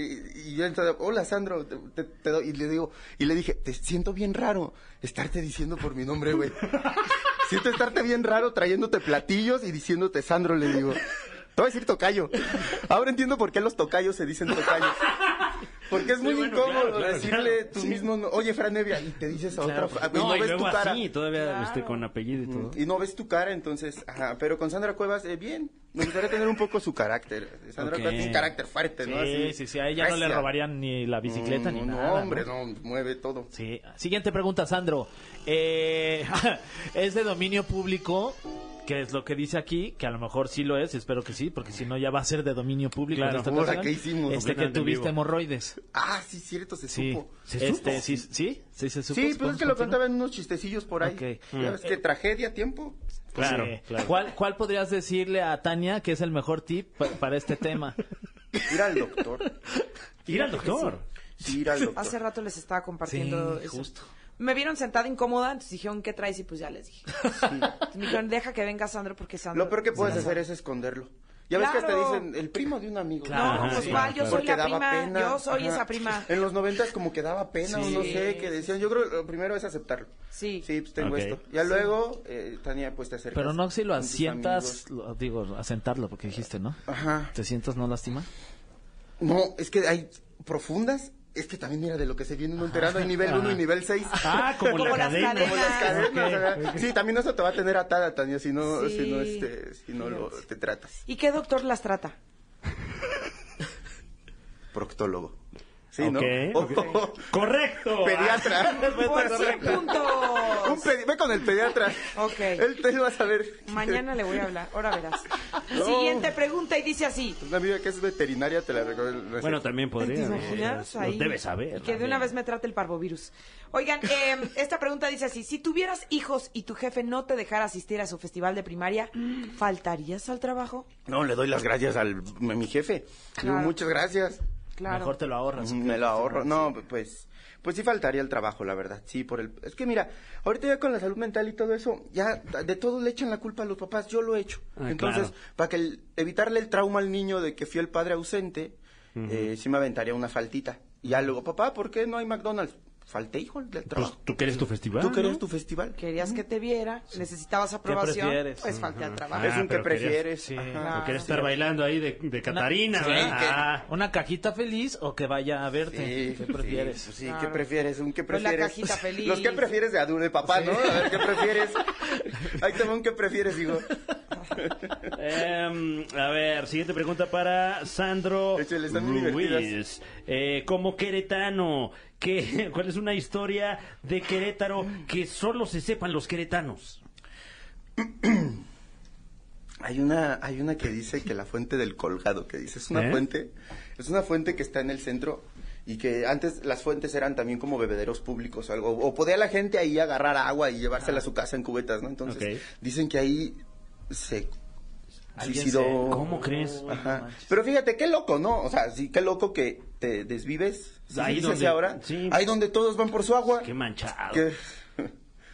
S5: y yo entonces, hola, Sandro. te- te- te doy- y le digo, y le dije, te siento bien raro estarte diciendo por mi nombre, güey. Siento estarte bien raro trayéndote platillos y diciéndote Sandro, le digo. Te voy a decir tocayo. Ahora entiendo por qué los tocayos se dicen tocayos. Porque es muy
S3: bueno,
S5: incómodo
S3: claro, claro,
S5: decirle
S3: claro.
S5: tú mismo, no- oye, Fran Evia", y te dices a
S3: Claro,
S5: otra, y
S3: no,
S5: Ah, pues, no
S3: y
S5: ves
S3: luego
S5: tu cara.
S3: así, todavía este, con apellido y todo.
S5: Y no ves tu cara, entonces, ajá, pero con Sandra Cuevas, eh, bien. Me gustaría tener un poco su carácter. Sandra
S3: Ok.
S5: Cuevas tiene un carácter fuerte, ¿no?
S4: Sí,
S5: Así,
S4: sí, sí. A ella no le
S5: recia.
S4: robarían ni la bicicleta ni
S5: Mm, No,
S4: nada.
S5: No,
S4: ¿no?
S5: hombre, no, mueve todo.
S4: Sí. Siguiente pregunta, Sandro. Eh, *laughs* ¿Es de dominio público? Que es lo que dice aquí, que a lo mejor sí lo es, espero que sí, porque si no ya va a ser de dominio público.
S3: Claro.
S4: en esta
S5: Ahora,
S4: ocasión.
S5: ¿qué
S4: Este que
S5: hicimos?
S3: Completamente en
S4: tuviste
S3: vivo.
S4: hemorroides.
S5: Ah, sí, cierto, se
S4: Sí.
S5: supo.
S3: ¿Se
S4: Este,
S3: supo?
S4: sí, sí, sí, se supo.
S5: Sí, pues es que
S4: ¿Podemos
S5: lo
S4: continuar?
S5: contaban unos chistecillos por ahí.
S4: Ok. Mm.
S5: Ya ves que tragedia, tiempo.
S3: Claro,
S4: Sí.
S3: claro.
S4: Pues, eh, ¿Cuál, ¿Cuál podrías decirle a Tania que es el mejor tip pa- para este tema?
S5: Ir al doctor.
S3: *laughs*
S4: *laughs*
S3: Ir al doctor.
S5: Sí, ir al doctor.
S2: Hace rato les estaba compartiendo
S4: Sí,
S2: eso.
S4: justo.
S2: Me vieron sentada incómoda, entonces dijeron, ¿qué traes? Y pues ya les dije. Entonces Me dijeron, deja que venga Sandro porque Sandro...
S5: Lo peor que puedes hacer es esconderlo. Ya ves que
S2: Claro.
S5: hasta dicen el primo de un amigo.
S4: Claro,
S2: No, pues
S4: sí,
S2: cuál, yo
S3: claro.
S2: soy
S5: Porque
S2: la
S5: daba
S2: prima,
S5: pena,
S2: yo soy
S5: ajá.
S2: esa prima.
S5: *laughs* En los noventas como que daba pena, o no sé, que decían, yo creo lo primero es aceptarlo.
S2: Sí.
S5: Sí, pues tengo
S3: Ok.
S5: esto. Ya luego, eh, Tania, pues te acercas.
S4: Pero no si lo
S5: con tus
S4: asientas,
S5: amigos.
S4: lo- digo, asentarlo, porque dijiste, ¿no?
S5: Ajá.
S4: ¿Te sientas no lastima?
S5: No, es que hay profundas, es que también mira de lo que se viene uno enterado, hay nivel 1 y nivel 6.
S3: Ah, como,
S2: Como las
S3: la cadena. *laughs*
S2: cadenas.
S5: Como las cadenas, ¿verdad? Sí, también eso te va a tener atada, Tania, si no,
S2: Sí.
S5: si no, este, si no lo, te tratas.
S2: ¿Y qué doctor las trata?
S5: Proctólogo. Sí,
S3: Ok,
S5: ¿no? Oh,
S3: ok. Correcto.
S5: Pediatra. *laughs*
S2: Por 100 puntos.
S5: Pues, Un pedi- ve con el pediatra.
S2: Ok.
S5: Él te va a saber.
S2: Mañana le voy a hablar, ahora verás.
S5: No.
S2: Siguiente pregunta y dice así.
S5: *laughs* Una amiga que es veterinaria te la recuerdo.
S3: Ah, Bueno, también
S2: ¿Te
S3: podría. ¿no?
S2: imaginas?
S3: Los
S2: Ahí.
S3: debe saber.
S2: Que de una vez me trate el parvovirus. Oigan, eh, esta pregunta dice así: si tuvieras hijos y tu jefe no te dejara asistir a su festival de primaria, ¿faltarías al trabajo?
S5: No, le doy las gracias al, a mi jefe. Digo,
S2: Claro.
S5: muchas gracias.
S2: Claro.
S4: Mejor te lo ahorras.
S5: Mm, Me lo ahorro. No, pues, pues sí faltaría el trabajo, la verdad. Sí, por el. Es que mira, ahorita ya con la salud mental y todo eso, ya de todo le echan la culpa a los papás. Yo lo he hecho.
S3: Ah,
S5: Entonces,
S3: claro.
S5: para que el- evitarle el trauma al niño de que fui el padre ausente, eh, sí me aventaría una faltita. Y ya luego, papá, ¿por qué no hay McDonald's? Falté, hijo, del
S3: Pues,
S5: trabajo.
S3: ¿Tú quieres tu festival?
S5: Tú que eres
S3: no?
S5: tu festival.
S2: Querías que te viera, necesitabas aprobación,
S4: prefieres?
S2: pues falté al trabajo.
S5: Es un que
S3: Ah, pero querías-
S5: prefieres.
S3: Sí,
S5: Ajá.
S3: o quieres estar bailando ahí de, de Catarina,
S4: Sí,
S3: ¿verdad?
S4: que-
S3: Ah,
S4: ¿Una cajita feliz o que vaya a verte?
S5: Sí,
S4: ¿Qué prefieres?
S5: Sí, pues sí, ¿qué
S2: Claro.
S5: prefieres? ¿Un qué
S2: Pues la
S5: prefieres?
S2: cajita feliz.
S5: *laughs* Los que prefieres de adulto, de papá, ¿no? A ver,
S2: *laughs*
S5: ¿qué prefieres? Ahí te va un qué prefieres, digo.
S3: em, a ver, siguiente pregunta para Sandro
S5: Échale, están muy divertidas.
S3: Ruiz. Eh, como queretano, ¿qué, *laughs* ¿cuál es una historia de Querétaro que solo se sepan los queretanos?
S5: Hay una, hay una que dice que la fuente del colgado, que dice, es una
S3: ¿Eh?
S5: fuente, es una fuente que está en el centro y que antes las fuentes eran también como bebederos públicos o algo, o podía la gente ahí agarrar agua y llevársela a su casa en cubetas, ¿no? Entonces,
S3: Ah. Ok.
S5: dicen que ahí se
S4: Alguien se-
S5: suicidó.
S3: ¿Cómo crees?
S4: Uy, no
S5: Ajá.
S4: manches.
S5: Pero fíjate, qué loco, ¿no? O sea, sí, qué loco que te desvives. ¿sí se
S3: Ahí
S5: dice
S3: donde-
S5: así ahora.
S3: sí.
S5: Ahí donde todos van por su agua.
S3: Qué manchado.
S5: que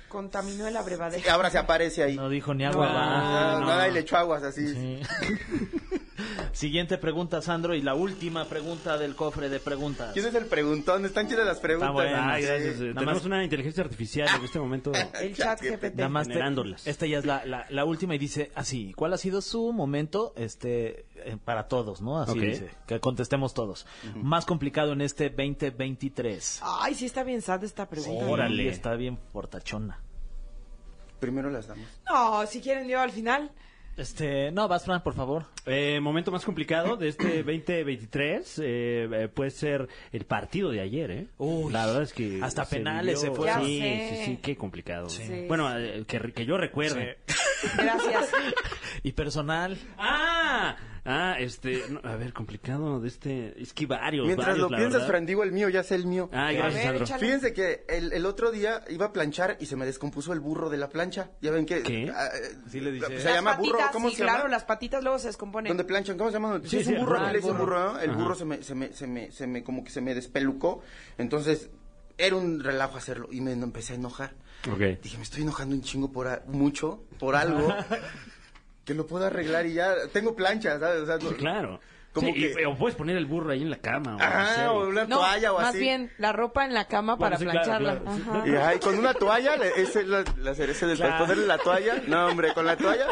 S2: Contaminó el abrevadero.
S5: ahora se aparece ahí.
S4: No dijo ni agua.
S2: No.
S4: va.
S5: Ah,
S3: no.
S5: nada, y le echó aguas así.
S4: *laughs* Siguiente pregunta, Sandro, y la última pregunta del cofre de preguntas.
S5: ¿Quién es el preguntón? Están chidas las preguntas.
S4: buena,
S5: ¿no?
S3: Ay,
S5: Sí.
S3: Ah, gracias. eh,
S4: Nada
S3: Tenemos
S4: más-
S3: una inteligencia artificial en este
S5: *laughs*
S3: momento.
S2: El chat GPT.
S4: Nada más
S3: Este,
S4: te-
S3: generándolas.
S4: esta ya es la, la- la última y dice así, ¿cuál ha sido su momento este eh, para todos, no? Así
S3: Ok.
S4: dice, que contestemos todos. Más complicado en este 2023.
S2: Ay, sí está bien sad esta pregunta.
S4: Órale, está bien portachona.
S5: Primero las damos.
S2: No, si quieren yo al final.
S4: Este, no, vas Fran, por favor.
S3: Eh, momento más complicado de
S5: *clears throat*
S3: este 2023 eh, eh, puede ser el partido de ayer, ¿eh?
S4: Uy,
S3: la verdad es que
S4: hasta penales se fue.
S2: Ya
S3: Sí,
S2: sé.
S3: sí, sí, qué complicado.
S2: Sí.
S3: Bueno, eh, que, que yo recuerde.
S2: Gracias.
S4: *laughs* Y personal.
S3: Ah, ah, este, no, a ver, complicado de este, es que varios.
S5: Mientras
S3: varios,
S5: lo
S3: la
S5: piensas,
S3: verdad.
S5: Fran, digo el mío, ya sé el mío.
S3: Ay,
S2: A
S3: gracias,
S2: ver,
S3: Sandro.
S2: échale.
S5: Fíjense que el, el otro día iba a planchar y se me descompuso el burro de la plancha. Ya ven que...
S3: ¿Qué?
S5: ah,
S4: Sí le dice.
S5: Se
S2: Las
S5: llama burro,
S2: patitas,
S5: ¿cómo
S2: sí,
S5: se
S2: claro,
S5: llama?
S2: las patitas luego se descomponen.
S5: ¿Dónde planchan? ¿Cómo se llama? Sí,
S3: Sí,
S5: es un
S3: sí,
S5: burro,
S3: ajá,
S5: que le dicen
S3: el burro.
S5: burro, ¿no? El
S3: Ajá.
S5: burro se me, se me, se me, se me, como que se me despelucó. Entonces, era un relajo hacerlo y me empecé a enojar.
S3: Ok.
S5: Dije, me estoy enojando un chingo por a- mucho, por algo, que lo puedo arreglar y ya. Tengo plancha, ¿sabes? O sea, no-
S3: Sí, claro.
S5: Como
S3: Sí, y-
S5: que-
S3: o puedes poner el burro ahí en la cama. O
S5: Ajá, o
S3: hacer-
S5: una
S2: No,
S5: toalla o
S2: más
S5: así.
S2: bien la ropa en la cama
S3: Bueno,
S2: para
S3: sí, claro,
S2: plancharla.
S3: claro, sí.
S2: Ajá.
S5: Y ajá, y con una toalla, le- esa es la, la cereza del
S3: Claro.
S5: pastel. Ponerle la toalla. No, hombre, con
S3: *laughs*
S5: la toalla.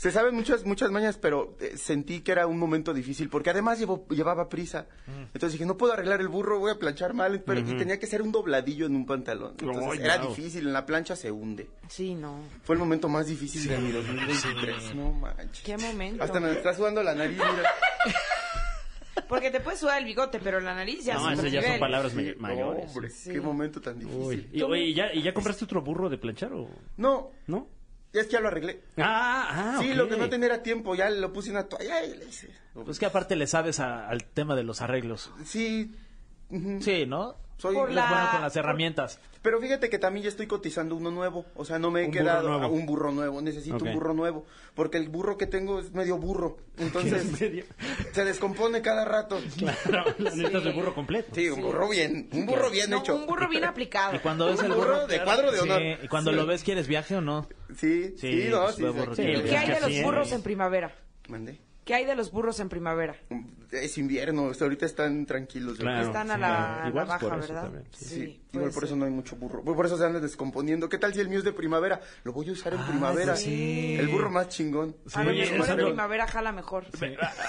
S5: Se saben muchas, muchas mañas, pero eh, sentí que era un momento difícil, porque además llevo- llevaba prisa.
S3: Mm.
S5: Entonces dije, no puedo arreglar el burro, voy a planchar mal, pero y tenía que ser un dobladillo en un pantalón. Entonces
S3: Ay,
S5: era
S3: wow.
S5: difícil, en la plancha se hunde.
S2: Sí, no.
S5: Fue el momento más difícil de mi 2023. No manches.
S2: Qué momento.
S5: Hasta me está sudando la
S3: *laughs*
S5: nariz, mira.
S2: Porque te puede sudar el bigote, pero la nariz ya es
S3: No,
S2: otro
S3: esas ya son
S2: nivel.
S3: palabras
S5: Sí,
S3: may- mayores.
S5: hombre,
S2: Sí.
S5: qué momento tan difícil.
S3: Uy, y, oye, ¿y ya, ¿y ya compraste otro burro de planchar o
S5: No,
S3: no?
S5: es que ya lo arreglé.
S3: Ah, ah,
S5: sí,
S3: ok.
S5: lo que no tenía era tiempo, ya lo puse en una toalla y le hice.
S4: Pues que aparte le sabes a- al tema de los arreglos.
S5: Sí. ujú,
S4: Sí, ¿no?
S5: Soy
S2: Por
S4: Eres
S2: la-
S4: bueno con las herramientas.
S5: Pero fíjate que también ya estoy cotizando uno nuevo. O sea, no me he
S3: Un burro
S5: quedado
S3: nuevo.
S5: a un burro nuevo. Necesito
S3: Ok.
S5: un burro nuevo. Porque el burro que tengo es medio
S3: *laughs*
S5: burro.
S3: ¿En
S5: Entonces,
S3: serio?
S5: se descompone cada rato.
S3: *laughs* Claro, la neta es de burro completo.
S5: Sí, un burro bien. Un burro bien
S2: No,
S5: hecho.
S2: un burro bien aplicado.
S4: Y cuando ves
S5: Un
S4: el
S5: burro
S4: burro
S5: de cuadro de
S4: Sí,
S5: honor.
S4: y cuando
S5: Sí.
S4: lo ves, ¿quieres viaje o *laughs* no?
S5: Sí, sí,
S4: Sí,
S5: no,
S4: pues,
S5: sí.
S4: huevo
S5: sí,
S4: roto.
S5: sí.
S2: ¿Y
S3: Sí,
S2: qué hay de
S3: Sí,
S2: los burros
S3: es.
S2: en primavera?
S5: Mandé.
S2: ¿Qué hay de los burros en primavera?
S5: Es invierno, hasta ahorita están tranquilos. yo
S3: Claro.
S5: creo.
S2: Están a
S3: sí,
S2: la,
S3: igual
S2: a la
S3: es por
S2: baja,
S3: eso
S2: ¿verdad?
S3: también, sí.
S5: Sí,
S2: puede
S5: igual por eso
S2: ser.
S5: no hay mucho burro. Por eso se andan descomponiendo. ¿Qué tal si el mío es de primavera? Lo voy a usar en primavera.
S4: sí.
S5: El burro más chingón.
S2: A lo
S3: Oye,
S2: mejor en
S3: Sandro.
S2: primavera jala mejor.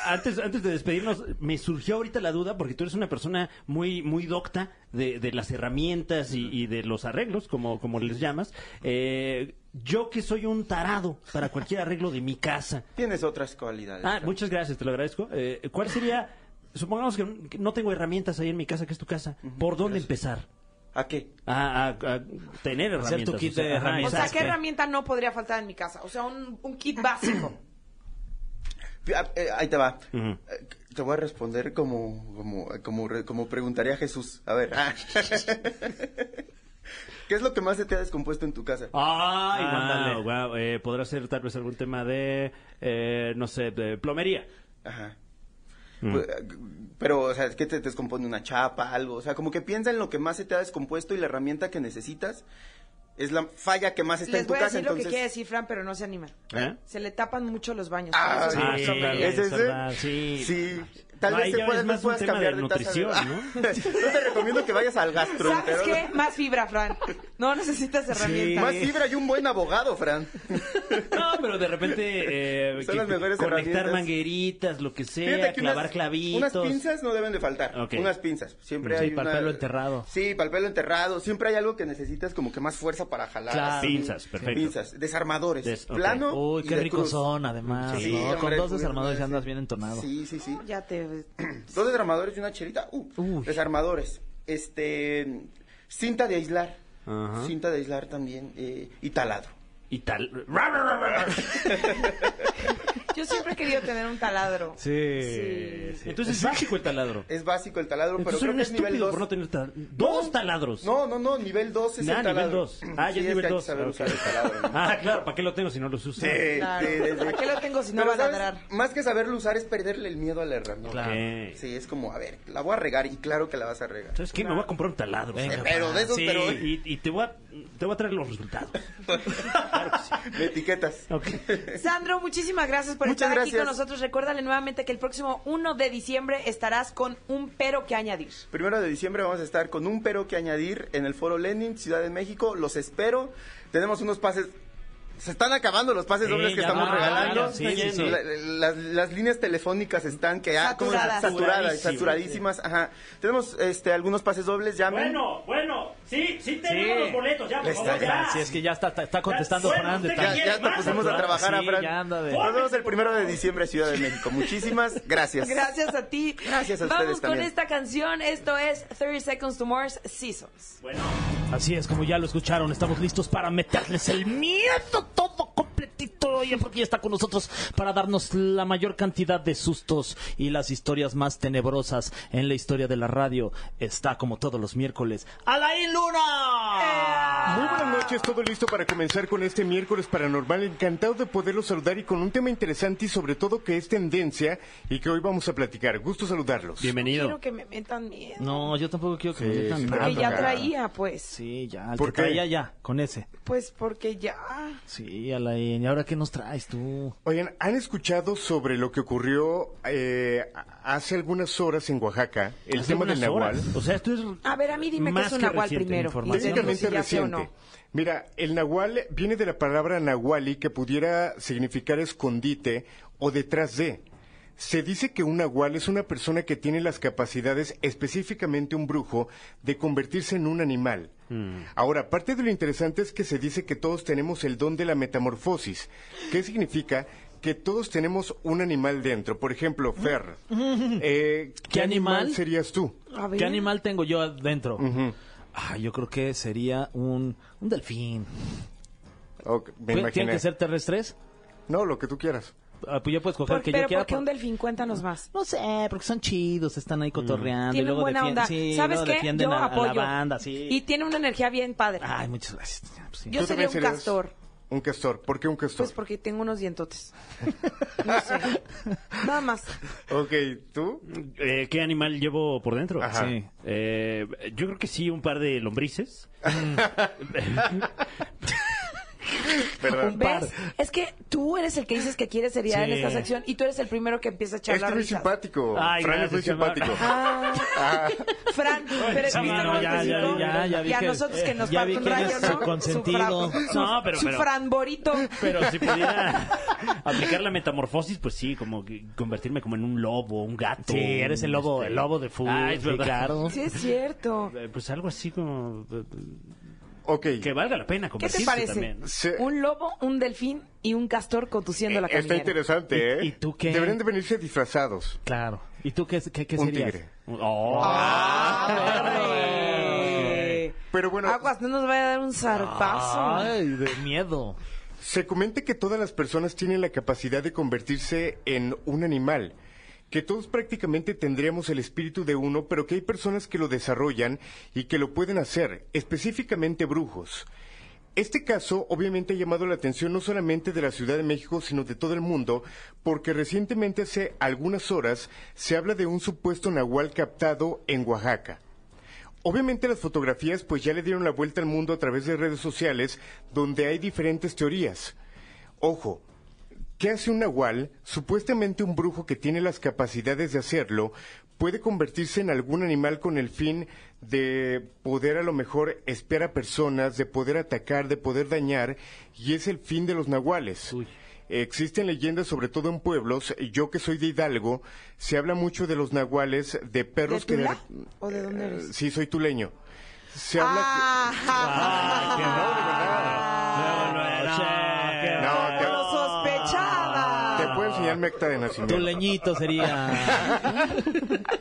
S3: A- Antes, antes de despedirnos, me surgió ahorita la duda porque tú eres una persona muy, muy docta de, de las herramientas y, y de los arreglos, como, como les llamas. Eh, yo que soy un tarado para cualquier arreglo de mi casa.
S5: Tienes otras cualidades.
S3: Ah,
S5: Fran.
S3: muchas gracias, te lo agradezco. Eh, ¿Cuál sería, supongamos que que no tengo herramientas ahí en mi casa, que es tu casa, ¿por dónde empezar?
S5: ¿A qué?
S3: A, a- a tener herramientas.
S4: Hacer tu kit de
S2: O
S3: ajá,
S4: herramientas.
S2: sea,
S3: exacto.
S2: ¿qué herramienta no podría faltar en mi casa? O sea, un, un kit básico.
S5: Ah, eh, Ahí te va.
S3: Ujú.
S5: Eh, Te voy a responder como, como, como, re- como preguntaría Jesús. A ver. *laughs* ¿Qué es lo que más se te ha descompuesto en tu casa?
S3: Ay,
S4: Ah,
S3: wow, wow, eh, podrá ser tal vez algún tema de, eh, no sé, de plomería.
S5: Ajá. Pues, eh, Pero, o sea, es que te descompone una chapa, algo. O sea, como que piensa en lo que más se te ha descompuesto y la herramienta que necesitas es la falla que más está
S2: Les
S5: en tu
S2: voy a
S5: casa.
S2: decir lo que
S5: Entonces,
S2: quiere decir Fran, pero no se animan.
S3: ¿Eh?
S2: Se le tapan mucho los baños. Por
S5: Ah,
S2: eso
S5: sí.
S2: se son
S5: claro.
S2: grandes.
S5: Ese- ese-
S3: sí.
S5: sí. Tal
S3: No,
S5: vez
S3: ahí
S5: se
S3: ya
S5: puedas,
S3: es más un
S5: puedas
S3: tema
S5: cambiar
S3: de
S5: de, taza de-
S3: nutrición,
S5: *laughs* Yo te recomiendo que vayas al
S2: ¿Sabes qué?
S5: gastroenterólogo.
S2: Más fibra, Fran. No necesitas herramientas.
S5: Más fibra y un buen abogado, Fran.
S3: No, pero de repente eh,
S5: Son
S3: que-
S5: las mejores
S3: conectar
S5: herramientas.
S3: mangueritas, lo que sea,
S4: Eh,
S5: Fíjate que
S3: clavar
S5: unas-
S3: clavitos.
S5: Unas pinzas no deben de faltar.
S3: Ok.
S5: Unas pinzas. Siempre
S4: Sí,
S5: hay
S4: para
S5: una-
S4: pelo enterrado.
S5: Sí, para el pelo enterrado. Siempre hay algo que necesitas como que más fuerza para jalar.
S4: Claro.
S5: así.
S3: Pinzas, perfecto.
S5: Pinzas, desarmadores.
S3: Des- ok.
S5: Plano.
S4: Uy,
S5: y
S4: qué
S5: de
S4: ricos
S5: cruz.
S4: son, además.
S5: Sí,
S4: ¿no?
S5: hombre,
S4: Con dos
S5: muy
S4: desarmadores
S5: bien,
S4: andas
S5: sí.
S4: bien entonado.
S5: Sí, sí, sí.
S2: Oh, Ya te...
S5: Dos desarmadores y una cherita. Uh,
S4: Uy.
S5: Desarmadores. Este. Cinta de aislar.
S3: Ajá.
S5: Cinta de aislar también. eh, y taladro.
S3: Y tal. *laughs* ¡Ra, ra, ra, ra!
S2: Yo siempre he querido tener un taladro.
S4: Sí.
S2: Sí.
S3: Entonces es básico el taladro.
S5: Es básico el taladro,
S3: Entonces soy
S5: pero creo
S3: un
S5: que es nivel
S3: estúpido
S5: 2.
S3: por no tener tal- dos taladros.
S5: No, no, no, nivel 2 es
S3: Ah,
S5: el
S3: nivel
S5: taladro.
S3: dos. Ah, ya es
S5: Sí,
S3: nivel
S5: que hay que
S3: dos.
S5: saber
S3: Ah,
S5: usar
S3: ok.
S5: el taladro. ¿no?
S3: Ah, claro, ¿para qué lo tengo si no los uso?
S5: Sí,
S2: Claro.
S5: sí, sí, sí.
S2: ¿Para qué lo tengo si no
S5: Pero
S2: va a
S5: ¿sabes?
S2: ladrar?
S5: Más que saberlo usar es perderle el miedo a la herramienta.
S4: Claro.
S3: Ok.
S5: Sí, es como, a ver, la voy a regar y claro que la vas a regar. *laughs*
S3: ¿Sabes qué? Me voy a comprar un taladro.
S4: Venga,
S3: ¿sabes?
S5: Pero de esos,
S3: Sí,
S5: pero
S3: y, y te, voy a, te voy a traer los
S5: *laughs*
S3: resultados. claro que sí.
S5: de etiquetas.
S3: Ok.
S2: Sandro, muchísimas gracias por
S5: Muchas
S2: estar aquí
S5: gracias.
S2: con nosotros. Recuérdale nuevamente que el próximo 1 de diciembre estarás con un pero que añadir.
S5: Primero de diciembre vamos a estar con un pero que añadir en el Foro Lenin, Ciudad de México. Los espero. Tenemos unos pases. Se están acabando los pases
S3: Sí,
S5: dobles que
S3: ya
S5: estamos
S3: van,
S5: regalando.
S3: ya, sí, sí, sí.
S5: La- las, las líneas telefónicas están que ya ¿cómo se-
S2: Saturadas.
S5: saturadas, saturadísimas. Ajá. Tenemos este algunos pases dobles, llamen.
S6: Bueno, bueno, sí, sí tenemos
S4: Sí.
S6: los boletos, ya, por
S5: Les
S6: favor,
S5: traigo.
S6: ya.
S4: Si es que ya está, está- está contestando
S6: Bueno,
S4: Fran de
S6: usted
S5: Ya,
S4: tal.
S6: quiere
S5: ya nos
S6: más
S5: pusimos a
S6: natural.
S5: trabajar a
S4: Sí,
S5: Fran.
S4: ya anda de-
S5: Nos vemos el primero de diciembre, Ciudad de México. Muchísimas gracias.
S2: Gracias a ti.
S5: Gracias a
S2: Vamos
S5: ustedes
S2: con
S5: también.
S2: esta canción. Esto es 30 Seconds to Mars Seasons.
S6: Así es, como ya lo escucharon, estamos listos para meterles el miedo todo completito, oye, porque ya está con nosotros para darnos la mayor cantidad de sustos y las historias más tenebrosas en la historia de la radio. Está como todos los miércoles, Alain Luna.
S7: Muy buenas noches, todo listo para comenzar con este miércoles paranormal. Encantado de poderlos saludar y con un tema interesante y sobre todo que es tendencia y que hoy vamos a platicar. Gusto saludarlos.
S3: Bienvenido.
S2: Quiero que me metan miedo.
S6: No, yo tampoco quiero que me
S7: Sí,
S6: metan
S7: sí,
S6: nada.
S2: Porque ya
S7: claro.
S2: traía, pues.
S6: Sí, ya, el
S7: ¿Por
S6: que
S7: qué?
S6: traía ya, con ese.
S2: Pues porque ya.
S6: Sí, Alain, ¿y ahora qué nos traes tú?
S7: Oigan, ¿han escuchado sobre lo que ocurrió eh, hace algunas horas en Oaxaca? El
S3: Hace
S7: tema del
S3: unas
S7: Nahual.
S3: horas. O sea, esto es.
S2: A ver, a mí dime qué
S3: Más
S2: es un
S3: que
S2: nahual
S3: reciente
S2: primero.
S3: información.
S2: Y segundo,
S7: Técnicamente
S2: si ya sé o
S7: reciente.
S2: no.
S7: Mira, el nahual viene de la palabra nahuali que pudiera significar escondite o detrás de. Se dice que un nahual es una persona que tiene las capacidades, específicamente un brujo, de convertirse en un animal. Ahora, parte de lo interesante es que se dice que todos tenemos el don de la metamorfosis. ¿Qué significa? Que todos tenemos un animal dentro. Por ejemplo, Fer, eh, ¿qué,
S6: ¿Qué
S7: animal?
S6: animal?
S7: serías tú?
S2: A ver.
S6: ¿Qué animal tengo yo adentro? Ah, yo creo que sería un, un delfín.
S7: Ok, me
S6: ¿Tienen
S7: imaginé.
S6: que ser terrestres?
S7: No, lo que tú quieras.
S6: Ah, pues ya puedes coger
S2: Por-
S6: el que
S2: pero
S6: yo quiera.
S2: ¿por qué
S6: por-
S2: un delfín? Cuéntanos más.
S6: No sé, porque son chidos, están ahí cotorreando. y
S2: Tienen
S6: luego
S2: buena
S6: defienden-
S2: onda.
S6: sí,
S2: ¿Sabes
S6: luego
S2: qué?
S6: defienden
S2: Yo
S6: a, a la
S2: apoyo.
S6: banda, sí.
S2: Y tiene una energía bien padre.
S6: Ay, muchas gracias. Ya, pues sí.
S2: Yo
S7: ¿Tú
S2: sería
S7: también
S2: un
S7: serías
S2: castor.
S7: Un castor. ¿Por qué un castor?
S2: Pues porque tengo unos
S6: *laughs*
S2: dientotes. No sé. Nada más.
S7: Ok, ¿tú? Este
S3: Eh, ¿Qué animal llevo por dentro?
S7: Ajá.
S6: Sí.
S3: Eh, yo creo que sí, un par de lombrices.
S7: ¿Verdad?
S2: ¿Ves? Es que tú eres el que dices que quieres seriedad
S3: Sí.
S2: en esta sección y tú eres el primero que empieza a
S6: Este
S2: echar
S7: Es que
S2: la
S7: es muy
S2: risa.
S7: simpático.
S3: Ay,
S7: Fran es muy
S3: gracias, mi
S7: simpático.
S2: Ah, Fran, pero es
S3: sí,
S2: que está
S3: no,
S2: más
S3: ya, ya,
S2: específico.
S6: ya, ya vi
S2: y a
S6: que-
S2: nosotros que nos
S6: ya
S2: falta
S6: vi
S2: un
S6: quién
S2: rayo,
S6: es su
S2: ¿no?
S6: consentido.
S2: Su, fra- su-
S3: No, pero-
S2: su
S3: pero-
S2: framborito.
S3: Pero si pudiera aplicar la metamorfosis, pues sí, como que convertirme como en un lobo, un gato.
S6: Sí, eres el lobo,
S3: este-
S6: el lobo de fútbol.
S3: Ah, es
S6: sí, *laughs*
S3: verdad.
S6: claro.
S2: Sí, es cierto.
S3: Eh, Pues algo así como... eh,
S7: Ok.
S3: Que valga la pena
S2: ¿Qué te
S3: convertirse
S2: parece?
S3: también. ¿no?
S7: Sí.
S2: Un lobo, un delfín y un castor conduciendo la
S7: Está
S2: caminera.
S7: interesante, ¿eh?
S6: ¿Y- y tú qué?
S7: Deberían de venirse disfrazados.
S6: Claro. ¿Y tú qué, qué, qué
S7: un
S6: serías?
S3: Ah,
S7: tigre.
S3: Oh.
S2: Ah, perre.
S7: Pero bueno,
S2: Ah, Aguas, no nos vaya a dar un zarpazo.
S4: Ay, de miedo.
S7: se comenta que todas las personas tienen la capacidad de convertirse en un animal, que todos prácticamente tendríamos el espíritu de uno, pero que hay personas que lo desarrollan y que lo pueden hacer, específicamente brujos. Este caso obviamente ha llamado la atención no solamente de la Ciudad de México, sino de todo el mundo, porque recientemente hace algunas horas se habla de un supuesto nahual captado en Oaxaca. Obviamente las fotografías pues ya le dieron la vuelta al mundo a través de redes sociales donde hay diferentes teorías. Ojo, ¿qué hace un nahual? Supuestamente un brujo que tiene las capacidades de hacerlo puede convertirse en algún animal con el fin de poder a lo mejor espiar a personas, de poder atacar, de poder dañar y es el fin de los nahuales. Existen leyendas, sobre todo en pueblos. Yo que soy de Hidalgo, se habla mucho de los nahuales, de
S2: ¿De
S7: perros que...
S2: Tula? ¿O de dónde eres? Ah.
S7: Sí, soy tuleño. Se habla
S6: Ah,
S4: Che,
S7: que... No, te-
S2: Lo
S7: te,
S2: sospechaba.
S7: puedo enseñar mi acta de nacimiento.
S4: Tu leñito sería.
S7: *laughs*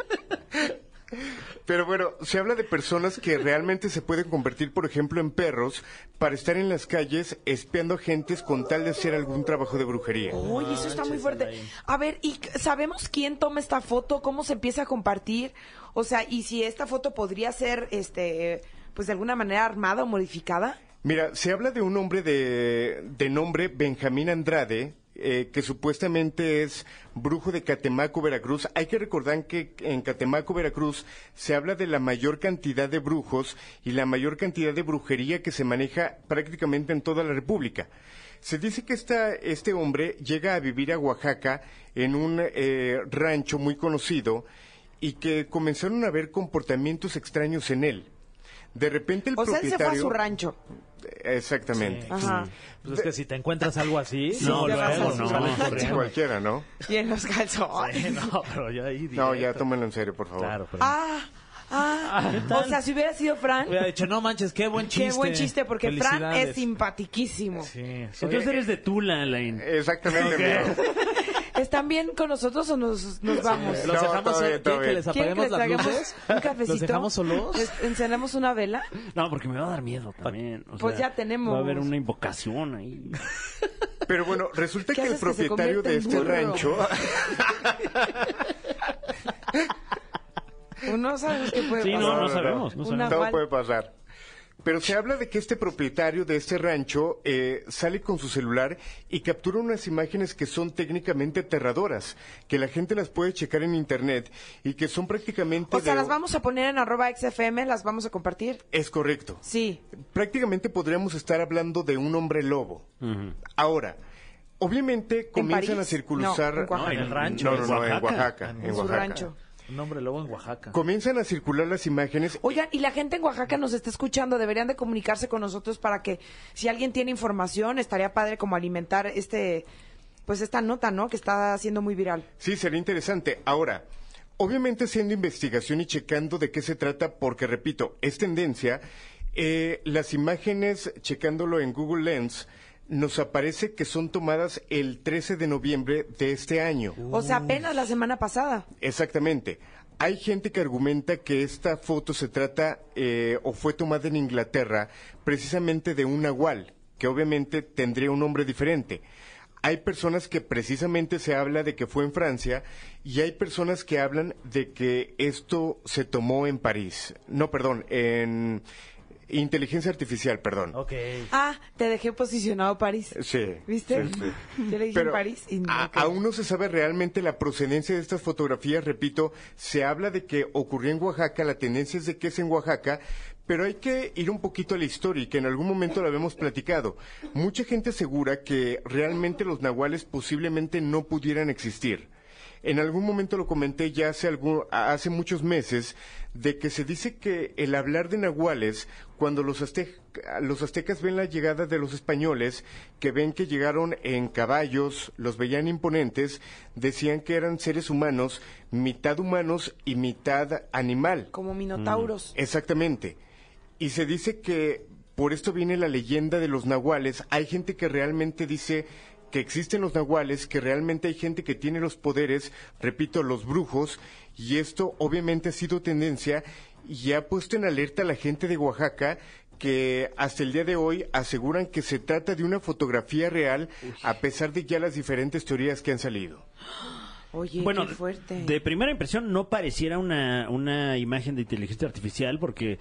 S7: Pero bueno, se habla de personas que realmente se pueden convertir, por ejemplo, en perros para estar en las calles espiando gentes con tal de hacer algún trabajo de brujería.
S2: Oye, eso está muy fuerte. A ver, ¿y c- sabemos quién toma esta foto? ¿Cómo se empieza a compartir? O sea, ¿y si esta foto podría ser, este, pues de alguna manera armada o modificada?
S7: Mira, se habla de un hombre de, de nombre Benjamín Andrade, eh, que supuestamente es brujo de Catemaco, Veracruz. Hay que recordar que en Catemaco, Veracruz, se habla de la mayor cantidad de brujos y la mayor cantidad de brujería que se maneja prácticamente en toda la República. Se dice que esta- este hombre llega a vivir a Oaxaca en un eh, rancho muy conocido y que comenzaron a ver comportamientos extraños en él. De repente el
S2: O sea, él
S7: propietario...
S2: se fue a su rancho.
S7: Exactamente.
S2: Ajá.
S4: Pues es que si te encuentras algo así.
S2: Sí,
S4: no,
S2: te vas
S4: luego
S2: a
S4: no.
S2: su rancho.
S4: corriendo.
S7: Cualquiera, ¿no?
S2: Y en los calzones.
S4: *laughs* No, pero ya ahí.
S7: No, ya
S4: directo.
S7: tómalo en serio, por favor.
S4: Claro, pero.
S2: Ah, ah. O sea, si hubiera sido Fran,
S4: Hubiera dicho, no manches, qué buen chiste.
S2: qué buen chiste, porque Fran es
S4: Felicidades.
S2: simpatiquísimo.
S4: Sí, soy-
S3: Entonces eres de Tula, Alain.
S7: Exactamente. amigo.
S2: *laughs* ¿Están bien con nosotros o nos, nos vamos?
S7: Eh,
S4: Los
S7: No,
S4: dejamos.
S7: todo bien,
S4: ¿quieren
S7: todo
S4: que
S7: bien.
S4: les
S2: ¿Quieren que
S4: apaguemos
S2: les
S4: las
S2: hagamos
S4: luces?
S2: un cafecito?
S4: ¿Los dejamos solos? *laughs*
S2: ¿Es- ¿Encendemos una vela?
S3: No, porque me va a dar miedo también. o
S2: Pues
S3: sea,
S2: ya tenemos.
S3: Va a haber una invocación ahí.
S7: Pero bueno, resulta
S2: ¿Qué
S7: que el
S2: haces que se
S7: propietario
S2: convierta
S7: de
S2: en
S7: este
S2: burro?
S7: rancho,
S2: *laughs*
S7: *laughs*
S2: Uno sabe qué puede
S3: Sí, no,
S2: pasar.
S3: no,
S7: no, no.
S3: sabemos. No
S2: Una-
S3: sabemos.
S7: todo
S2: Nahual.
S7: puede pasar. Pero se habla de que este propietario de este rancho eh, sale con su celular y captura unas imágenes que son técnicamente aterradoras, que la gente las puede checar en internet y que son prácticamente...
S2: O sea,
S7: de-
S2: las vamos a poner en arroba XFM, las vamos a compartir.
S7: Es correcto.
S2: Sí.
S7: Prácticamente podríamos estar hablando de un hombre lobo. Ahora, obviamente comienzan
S2: París?
S7: a circular...
S2: No, en Oaxaca. No, en
S4: el rancho,
S7: No,
S4: en
S7: no, no, en Oaxaca.
S4: Oaxaca.
S7: en
S2: En su
S7: Oaxaca.
S2: rancho.
S4: Un hombre lobo en Oaxaca.
S7: Comienzan a circular las imágenes.
S2: Oigan, y la gente en Oaxaca nos está escuchando, deberían de comunicarse con nosotros para que si alguien tiene información, estaría padre como alimentar este pues esta nota, ¿no? Que está siendo muy viral.
S7: Sí, sería interesante. Ahora, obviamente haciendo investigación y checando de qué se trata, porque repito, es tendencia, eh, las imágenes, checándolo en Google Lens, nos aparece que son tomadas el 13 de noviembre de este año.
S2: O sea, apenas la semana pasada.
S7: Exactamente. Hay gente que argumenta que esta foto se trata eh, o fue tomada en Inglaterra precisamente de un nahual, que obviamente tendría un nombre diferente. Hay personas que precisamente se habla de que fue en Francia y hay personas que hablan de que esto se tomó en París. No, perdón, en inteligencia artificial, perdón.
S4: Ok.
S2: Ah, te dejé posicionado París.
S7: Sí.
S2: ¿Viste?
S7: sí, sí.
S2: Yo le dije en París y no,
S7: a-
S2: ok.
S7: aún no se sabe realmente la procedencia de estas fotografías, repito, se habla de que ocurrió en Oaxaca, la tendencia es de que es en Oaxaca, pero hay que ir un poquito a la historia y que en algún momento la habíamos platicado. Mucha gente asegura que realmente los nahuales posiblemente no pudieran existir. En algún momento lo comenté ya hace, algún- hace muchos meses de que se dice que el hablar de nahuales, cuando los, azte- los aztecas ven la llegada de los españoles, que ven que llegaron en caballos, los veían imponentes, decían que eran seres humanos, mitad humanos y mitad animal.
S2: como minotauros.
S7: Exactamente. Y se dice que por esto viene la leyenda de los nahuales. Hay gente que realmente dice que existen los nahuales, que realmente hay gente que tiene los poderes, repito, los brujos, y esto obviamente ha sido tendencia y ha puesto en alerta a la gente de Oaxaca que hasta el día de hoy aseguran que se trata de una fotografía real a pesar de ya las diferentes teorías que han salido.
S2: Oye,
S6: Bueno,
S2: qué fuerte.
S6: de primera impresión no pareciera una, una imagen de inteligencia artificial porque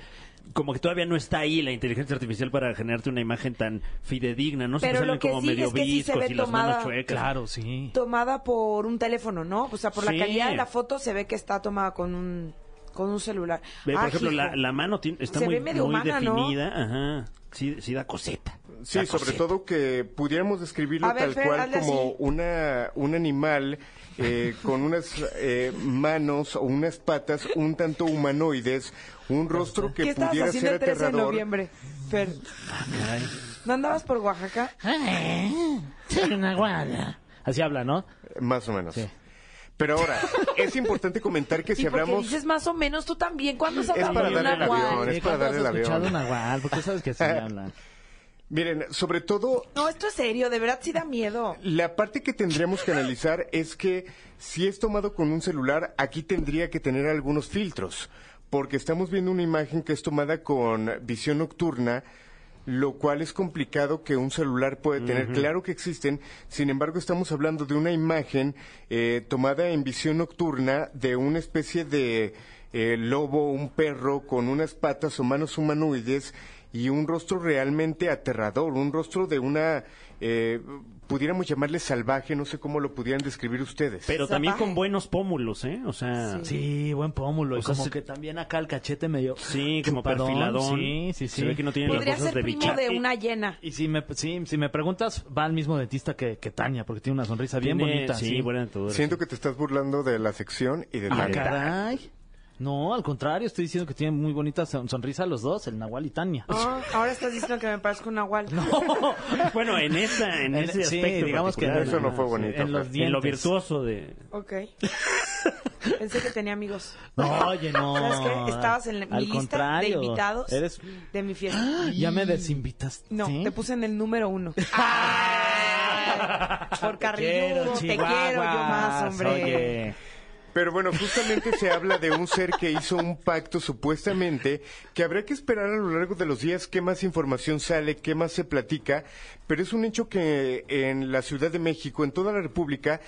S6: como que todavía no está ahí la inteligencia artificial para generarte una imagen tan fidedigna, no se
S2: Pero
S6: me salen
S2: lo que
S6: como
S2: sí
S6: medio
S2: es que sí se
S6: viscos
S2: ve
S6: y las
S2: tomada.
S6: manos chuecas.
S4: Claro, sí.
S2: Tomada por un teléfono, ¿no? O sea, por
S6: Sí.
S2: la calidad de la foto se ve que está tomada con un, con un celular.
S6: Ve, por
S2: Ah,
S6: ejemplo, la,
S2: hijo.
S6: la mano tiene- está
S2: Se
S6: muy,
S2: ve medio
S6: muy
S2: humana, ¿no?
S6: definida, ajá. Sí, sí da coseta.
S7: Sí,
S6: Da
S7: sobre
S6: coseta.
S7: todo que pudiéramos describirlo
S2: A ver,
S7: tal
S2: Fer,
S7: cual
S2: hazle
S7: como
S2: así.
S7: una, un animal
S2: *laughs*
S7: eh, con unas eh, manos o unas patas un tanto humanoides, un rostro
S2: ¿Qué
S7: que
S2: estabas
S7: pudiera
S2: haciendo
S7: ser
S2: el 13 de
S7: aterrador.
S2: noviembre, Fer? ¿No andabas por Oaxaca?
S4: Ah, Soy una guada. Así habla, ¿no?
S7: Más o menos. Pero ahora, es importante comentar
S2: *laughs*
S7: que
S2: Y
S7: si
S2: porque
S7: hablamos...
S2: dices más o menos tú también. ¿Cuándo has
S7: Es
S2: hablado
S7: para
S2: de un
S7: darle el
S2: nahual?
S7: avión, es para
S4: Eh, ¿Cuándo has
S7: darle el avión.
S4: escuchado un nahual? Porque sabes
S6: *laughs*
S4: que así hablan.
S7: Miren, sobre todo
S2: No, esto es serio, de verdad sí da miedo.
S7: La parte que tendríamos que analizar es que si es tomado con un celular, aquí tendría que tener algunos filtros, porque estamos viendo una imagen que es tomada con visión nocturna, lo cual es complicado que un celular puede tener. Claro que existen, sin embargo estamos hablando de una imagen eh, tomada en visión nocturna de una especie de eh, lobo, un perro con unas patas o manos humanoides y un rostro realmente aterrador, un rostro de una, eh, pudiéramos llamarle salvaje, no sé cómo lo pudieran describir ustedes.
S6: Pero también
S2: Salvaje.
S6: con buenos pómulos, ¿eh? O sea, sí,
S4: Sí, buen pómulo.
S6: O
S4: Y
S6: sea,
S4: como
S6: se-
S4: que también acá el cachete medio.
S6: *laughs* como
S4: chupadón,
S6: perfiladón.
S4: Sí, sí, sí.
S6: Se ve que no tiene las
S2: Podría
S6: cosas
S2: ser
S6: de
S2: primo
S6: bichar.
S2: de una
S4: *laughs*
S2: hiena.
S4: Y si me, sí, si me preguntas, va al mismo dentista que, que Tania, porque tiene una sonrisa bien
S6: Tiene-
S4: bonita.
S6: Sí,
S4: sí.
S6: buena dentadura,
S7: Siento
S6: sí.
S7: que te estás burlando de la sección y de
S4: Ah,
S7: Tania.
S4: caray. No, al contrario, estoy diciendo que tienen muy bonita son- sonrisa los dos, el Nahual y Tania.
S2: Ah, ahora estás diciendo que me parezco un nahual.
S6: *laughs* Bueno, en esa, en
S4: En-
S6: ese
S4: sí,
S6: aspecto
S4: digamos que
S6: particular,
S7: en- Eso no fue
S6: ajá, sí.
S7: bonito,
S6: En, los
S7: Fer.
S6: dientes. En lo
S4: dientes.
S6: virtuoso de...
S2: Ok. Pensé que tenía amigos.
S4: No, oye, no.
S2: ¿Sabes qué? Estabas en la- mi
S4: Al
S2: lista
S4: contrario,
S2: de invitados
S4: Eres... ¿Ah?
S2: de mi fiesta.
S4: Ya me desinvitaste.
S2: No, te puse en el número
S4: *laughs*
S2: uno. Por carrilludo, te quiero yo más,
S4: chihuahuas,
S2: hombre.
S4: Oye.
S7: Pero bueno, justamente se habla de un ser que hizo un pacto supuestamente, que habrá que esperar a lo largo de los días qué más información sale, qué más se platica, pero es un hecho que en la Ciudad de México, en toda la República,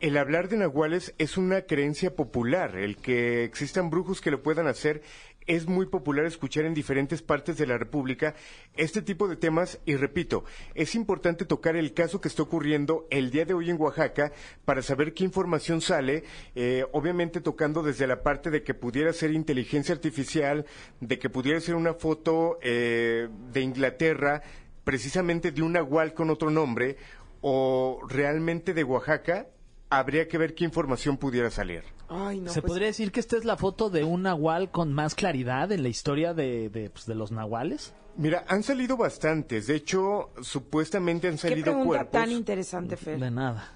S7: el hablar de nahuales es una creencia popular, el que existan brujos que lo puedan hacer. Es muy popular escuchar en diferentes partes de la República este tipo de temas y repito, es importante tocar el caso que está ocurriendo el día de hoy en Oaxaca para saber qué información sale, eh, obviamente tocando desde la parte de que pudiera ser inteligencia artificial, de que pudiera ser una foto eh, de Inglaterra, precisamente de un nahual con otro nombre, o realmente de Oaxaca, habría que ver qué información pudiera salir.
S2: Ay, no.
S4: Se
S2: pues,
S4: podría decir que esta es la foto de un nahual con más claridad en la historia de, de, pues, de los nahuales.
S7: Mira, han salido bastantes, de hecho, supuestamente han
S2: ¿Qué
S7: salido
S2: pregunta
S7: cuerpos.
S2: tan interesante, Fer?
S4: De nada.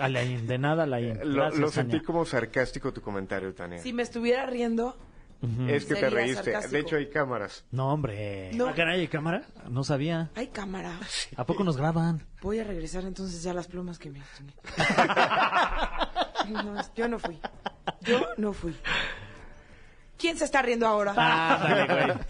S4: Alain, de nada, Alain.
S7: Lo,
S4: Gracias,
S7: lo sentí
S4: Tania.
S7: como sarcástico tu comentario, Tania.
S2: Si me estuviera riendo,
S7: es que te
S2: Sería
S7: reíste.
S2: sarcástico.
S7: De hecho, hay cámaras.
S4: No, hombre.
S2: no.
S6: Ah, caray, cámara.
S4: No sabía.
S2: Ay, cámara.
S4: ¿A poco nos *laughs* graban?
S2: Voy a regresar entonces ya las plumas que me. No, es- yo no fui. Yo no fui. ¿Quién se está riendo ahora?
S4: Ah.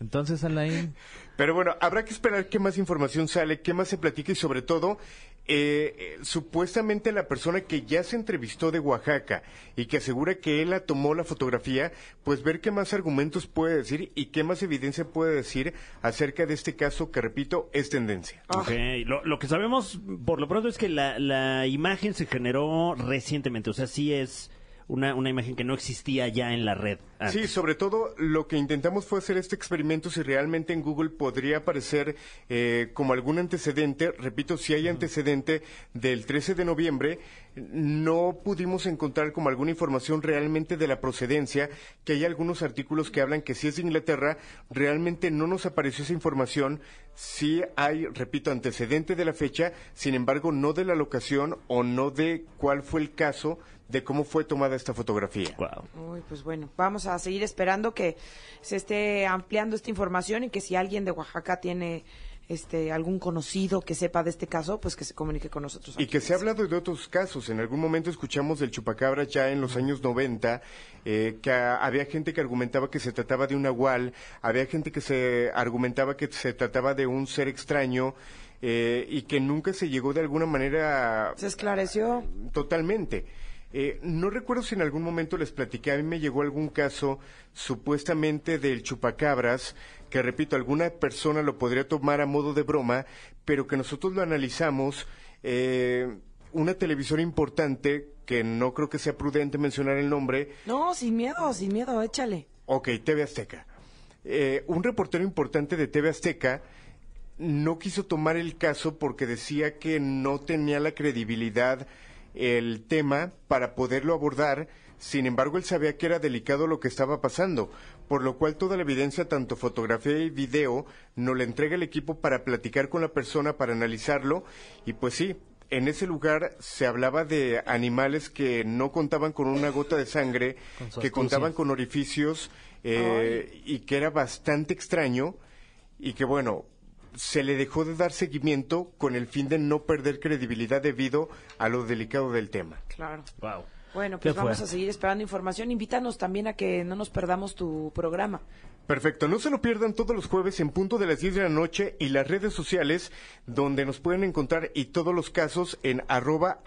S4: Entonces, Alain.
S7: Pero bueno, habrá que esperar qué más información sale, qué más se platica y sobre todo, eh, eh, supuestamente la persona que ya se entrevistó de Oaxaca y que asegura que él la tomó la fotografía, pues ver qué más argumentos puede decir y qué más evidencia puede decir acerca de este caso que, repito, es tendencia.
S6: Ok, lo, lo que sabemos por lo pronto es que la, la imagen se generó recientemente, o sea, sí es una, una imagen que no existía ya en la red. Ah,
S7: Sí,
S6: antes.
S7: sobre todo lo que intentamos fue hacer este experimento si realmente en Google podría aparecer eh, como algún antecedente. Repito, si hay antecedente del 13 de noviembre, no pudimos encontrar como alguna información realmente de la procedencia, que hay algunos artículos que hablan que si es de Inglaterra, realmente no nos apareció esa información. Si hay, repito, antecedente de la fecha, sin embargo, no de la locación o no de cuál fue el caso de cómo fue tomada esta fotografía.
S6: Guau.
S2: Uy, pues bueno, vamos a seguir esperando que se esté ampliando esta información y que si alguien de Oaxaca tiene este, algún conocido que sepa de este caso, pues que se comunique con nosotros.
S7: Y que se ha hablado de otros casos. En algún momento escuchamos del chupacabra ya en los años 90, eh, que a- había gente que argumentaba que se trataba de un nahual, había gente que se argumentaba que se trataba de un ser extraño eh, y que nunca se llegó de alguna manera
S2: Se esclareció.
S7: Totalmente. Eh, no recuerdo si en algún momento les platiqué, a mí me llegó algún caso supuestamente del chupacabras, que repito, alguna persona lo podría tomar a modo de broma, pero que nosotros lo analizamos. eh, una televisora importante, que no creo que sea prudente mencionar el nombre,
S2: No, sin miedo, sin miedo, échale.
S7: Ok, TV Azteca. Eh, un reportero importante de TV Azteca no quiso tomar el caso porque decía que no tenía la credibilidad el tema para poderlo abordar. Sin embargo, él sabía que era delicado lo que estaba pasando, por lo cual toda la evidencia, tanto fotografía y video, nos la entrega el equipo para platicar con la persona, para analizarlo. Y pues sí, en ese lugar se hablaba de animales que no contaban con una gota de sangre,
S4: Con su
S7: que
S4: astucia.
S7: contaban con orificios eh, y que era bastante extraño y que bueno, se le dejó de dar seguimiento con el fin de no perder credibilidad debido a lo delicado del tema.
S2: Claro.
S4: Wow.
S2: Bueno, pues
S4: Qué
S2: vamos a
S4: fuerte.
S2: seguir esperando información. Invítanos también a que no nos perdamos tu programa.
S7: Perfecto, no se lo pierdan todos los jueves en punto de las 10 de la noche y las redes sociales donde nos pueden encontrar y todos los casos en arroba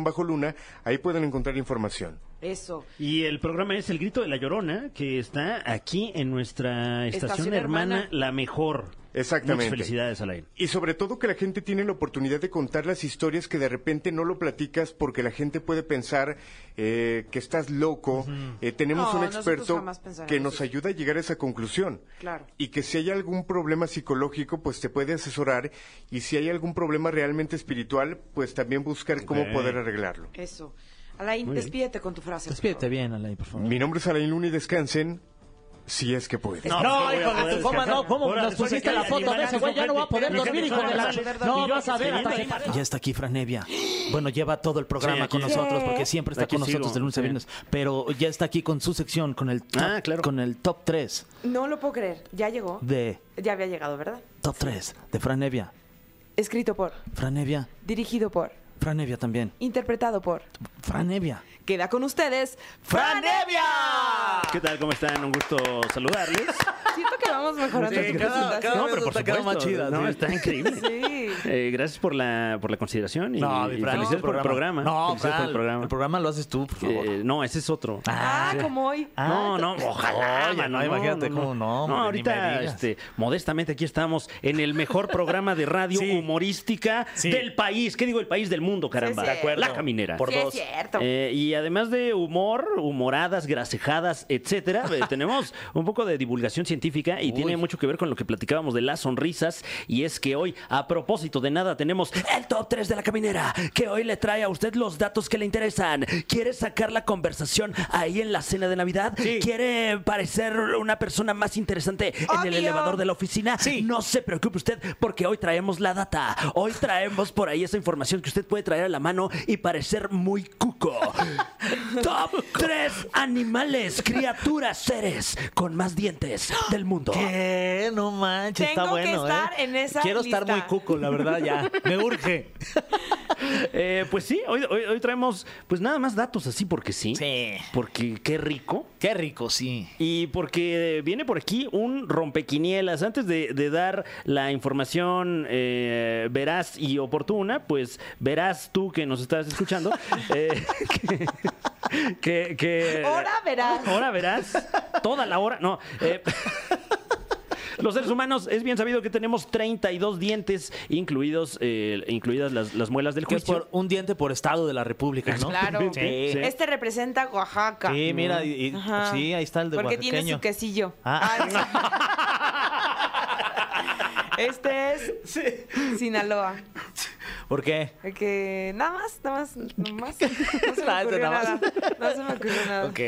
S7: bajo luna ahí pueden encontrar información.
S2: Eso.
S3: Y el programa es El Grito de la Llorona, que está aquí en nuestra estación,
S2: Estación
S3: hermana,
S2: hermana.
S3: La Mejor.
S7: Exactamente.
S3: Muchas felicidades, Alain.
S7: Y sobre todo que la gente tiene la oportunidad de contar las historias que de repente no lo platicas porque la gente puede pensar eh, que estás loco. Eh, tenemos
S2: No,
S7: un
S2: nosotros
S7: experto
S2: jamás pensaremos
S7: que nos
S2: eso.
S7: ayuda a llegar a esa conclusión.
S2: Claro.
S7: Y que si hay algún problema psicológico, pues te puede asesorar. Y si hay algún problema realmente espiritual, pues también buscar cómo
S3: Ok.
S7: poder arreglarlo.
S2: Eso. Alain, despídete con tu frase. por
S4: Despídete
S2: favor.
S4: bien, Alain, por favor.
S7: Mi nombre es Alain Luna y descansen si es que pueden.
S4: No, hijo de tu coma, no, ¿cómo nos pusiste la foto de ese güey? Ya no va a poder dormir, hijo de la... No, vas a ver hasta que... Ya está aquí Fran Evia. Bueno, lleva todo el
S3: Sí,
S4: programa
S3: aquí.
S4: con nosotros, porque siempre está
S3: Aquí
S4: con nosotros
S3: sigo,
S4: de lunes a
S3: sí.
S4: viernes. Pero ya está aquí con su sección, con el top,
S3: Ah, claro.
S4: con el top 3
S2: No lo puedo creer. Ya llegó.
S4: de...
S2: Ya había llegado, ¿verdad?
S4: Top 3 de Fran Evia.
S2: Escrito por,
S4: Fran Evia.
S2: dirigido por,
S4: Fran Evia también.
S2: interpretado por.
S4: Fran Evia.
S2: Queda con ustedes. ¡Franevia!
S3: ¿Qué tal? ¿Cómo están? Un gusto *laughs* saludarles.
S2: Siento que vamos mejorando
S3: Sí,
S2: tu
S4: cada-
S2: presentación.
S4: No, pero por supuesto.
S3: No,
S4: *laughs* Sí.
S3: está increíble.
S2: Sí.
S3: Eh, gracias por la, por la consideración y,
S4: No, mi
S3: y
S4: Fran,
S3: felicidades por el programa.
S4: No,
S3: Felicidades
S4: Fran,
S3: por el programa.
S4: el programa lo haces tú, por favor.
S3: Eh, no, ese es otro.
S2: Ah, como hoy.
S3: no, no, ojalá.
S4: Oye,
S3: mano,
S4: no, imagínate cómo no, hombre, ni me
S3: ahorita,
S4: digas.
S3: este, modestamente aquí estamos en el mejor programa de radio
S4: Sí.
S3: humorística
S4: Sí.
S3: del país. ¿Qué digo? El país del mundo, caramba.
S2: Sí, sí. De acuerdo.
S3: La caminera.
S4: Por
S2: Sí, es
S4: dos.
S2: cierto.
S3: Eh, y además de humor, humoradas, grasejadas, etcétera, eh, tenemos un poco de divulgación científica y tiene mucho que ver con lo que platicábamos de las sonrisas. Y es que hoy, a propósito de nada, tenemos el top 3 de la caminera, que hoy le trae a usted los datos que le interesan. ¿Quiere sacar la conversación ahí en la cena de Navidad? ¿Quiere parecer una persona más interesante en el
S2: Obvio.
S3: elevador de la oficina?
S4: Sí.
S3: No se preocupe usted, porque hoy traemos la data. Hoy traemos por ahí esa información que usted puede traer a la mano y parecer muy cuco.
S4: *laughs*
S3: Top 3 animales, criaturas, seres con más dientes del mundo.
S4: ¿Qué? No manches, está
S2: Tengo que
S4: bueno.
S2: estar
S4: ¿eh?
S2: en esa
S4: Quiero estar
S2: lista.
S4: muy cuco, la verdad, ya. Me urge.
S3: *laughs* Eh, pues sí, hoy, hoy- hoy traemos pues nada más datos así porque sí.
S4: Sí.
S3: Porque qué rico.
S4: Qué rico, sí.
S3: Y porque viene por aquí un rompequinielas. Antes de, de dar la información eh, veraz y oportuna, pues verás tú que nos estás escuchando. eh, *laughs* que, que, que-
S2: Ahora verás.
S3: Ahora verás. Toda la hora. No. eh, *laughs* Los seres humanos es bien sabido que tenemos 32 dientes, incluidos, eh, incluidas las, las muelas del
S4: Que es
S3: juicio.
S4: por un diente por estado de la República, ¿no?
S2: Claro.
S4: Sí. Sí.
S2: Este representa Oaxaca.
S4: mira, y- y-
S2: Ajá.
S4: sí, ahí está el de
S2: Porque tiene
S4: oaxaqueño.
S2: su quesillo.
S4: Ah. *laughs*
S2: Ah, sí. este es Sinaloa.
S4: ¿Por qué?
S2: Que nada más, nada más, nada más. No
S3: *laughs*
S2: se me
S4: Nada,
S2: ocurrió
S4: nada
S2: nada.
S4: más.
S2: No se me ocurrió nada.
S3: Ok. *laughs*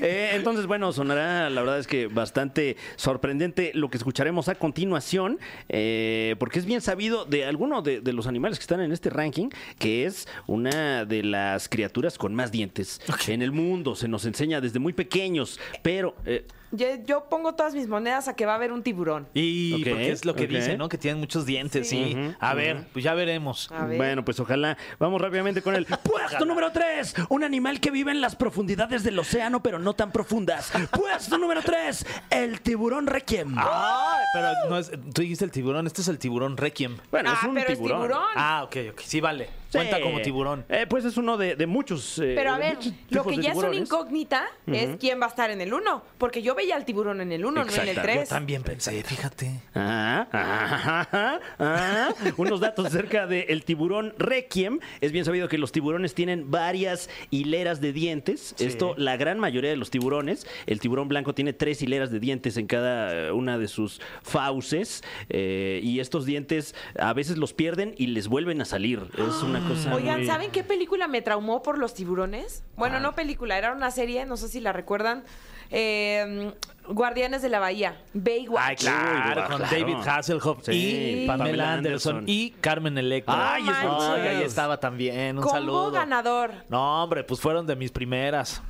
S3: Eh, entonces, bueno, sonará, la verdad es que bastante sorprendente lo que escucharemos a continuación, eh, porque es bien sabido de alguno de, de los animales que están en este ranking, que es una de las criaturas con más dientes en el mundo. Se nos enseña desde muy pequeños, pero... eh,
S2: Yo, yo pongo todas mis monedas a que va a haber un tiburón.
S4: Y
S3: Ok,
S4: porque es lo que
S3: ok.
S4: dice, ¿no? Que tienen muchos dientes, sí.
S3: Ujú,
S4: a ver, pues ya veremos.
S2: A ver.
S3: Bueno, pues ojalá. Vamos rápidamente con
S2: *laughs*
S3: el puesto número 3. Un animal que vive en las profundidades del océano, pero no tan profundas. Puesto número 3. El tiburón requiem.
S4: Ay, pero no es, tú dijiste el tiburón, este es el tiburón Requiem.
S3: Bueno,
S2: ah, pero es tiburón.
S4: Ah, ok, ok. Sí, vale.
S3: Sí.
S4: Cuenta como tiburón.
S3: Eh, pues es uno de, de muchos. eh,
S2: Pero a
S3: de
S2: ver,
S3: muchos
S2: lo
S3: tipos
S2: que
S3: de
S2: ya es una
S3: tiburones.
S2: incógnita es quién va a estar en el 1. Porque yo veía al tiburón en el 1, no en el
S3: Exacta, yo
S2: 3.
S4: También pensé, fíjate.
S3: Ah, ah, ah, ah. Unos datos acerca del tiburón requiem. Es bien sabido que los tiburones tienen varias hileras de dientes. Esto, la gran mayoría de los tiburones. El tiburón blanco tiene tres hileras de dientes en cada eh, una de sus fauces. eh, y estos dientes a veces los pierden y les vuelven a salir. Es
S2: *gasps*
S3: una cosa.
S2: Oigan,
S3: muy-
S2: ¿saben qué película me traumó por los tiburones? Bueno, no película, era una serie, no sé si la recuerdan. eh, Guardianes de la Bahía, Baywatch.
S3: Ay, claro,
S4: con
S3: claro.
S4: David Hasselhoff
S3: Sí,
S4: y Pamela,
S3: Pamela
S4: Anderson.
S3: Anderson.
S4: y Carmen Electra.
S3: Ay,
S2: es verdad.
S4: Ay, ahí estaba también. Un
S2: Combo
S4: saludo.
S2: ganador.
S4: No, hombre, pues fueron de mis primeras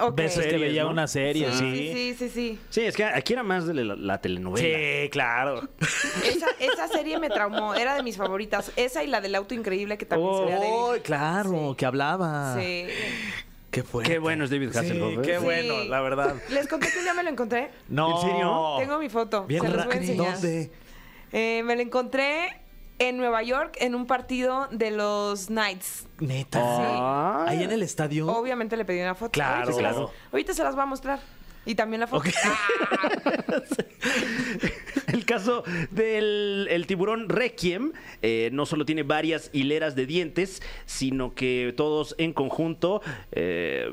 S2: Ok.
S4: veces que
S3: Series,
S4: veía
S3: ¿no?
S4: una serie,
S2: Sí,
S4: sí.
S2: sí, sí, sí, sí.
S3: Sí, es que aquí era más de la, la telenovela.
S4: Sí, claro.
S2: Esa, esa serie me traumó, era de mis favoritas. Esa y la del auto increíble que también se veía de
S4: Oh, claro, que hablaba.
S2: Sí.
S4: Qué fuerte.
S3: Qué bueno es David
S4: Sí,
S3: Hasselhoff. ¿eh?
S4: qué bueno,
S2: Sí.
S4: la verdad.
S2: Les conté que un día me lo encontré.
S3: ¿En
S4: No.
S3: serio?
S2: Tengo mi foto.
S4: Oh. Bien
S2: se los
S4: raro.
S2: voy a enseñar.
S4: ¿Dónde?
S2: Eh, me lo encontré en Nueva York en un partido de los Knights.
S4: Neta.
S3: Ah.
S4: Ahí en el estadio.
S2: Obviamente le pedí una foto.
S4: Claro.
S2: Ahorita se las-
S4: Claro.
S2: ahorita se las voy a mostrar. Y también la foto.
S4: Ok.
S3: *laughs* El caso del el tiburón Requiem eh, no solo tiene varias hileras de dientes, sino que todos en conjunto eh,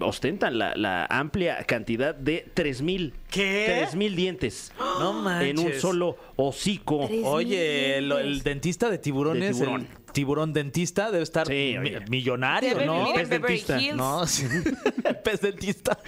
S3: ostentan la, la amplia cantidad de 3.000.
S4: ¿Qué?
S3: 3.000 dientes
S4: *gasps* No
S3: en un
S4: manches.
S3: solo hocico.
S2: Tres
S4: Oye, el,
S2: pues.
S4: el dentista de tiburones,
S3: De tiburón.
S4: el tiburón dentista debe estar
S3: Sí,
S4: mi-
S3: oye.
S4: millonario,
S2: Debe
S4: ¿no?
S2: vivir en
S3: Pez
S2: Beverly
S3: dentista,
S2: Hills. *laughs*
S4: No, sí. *laughs* El pez dentista.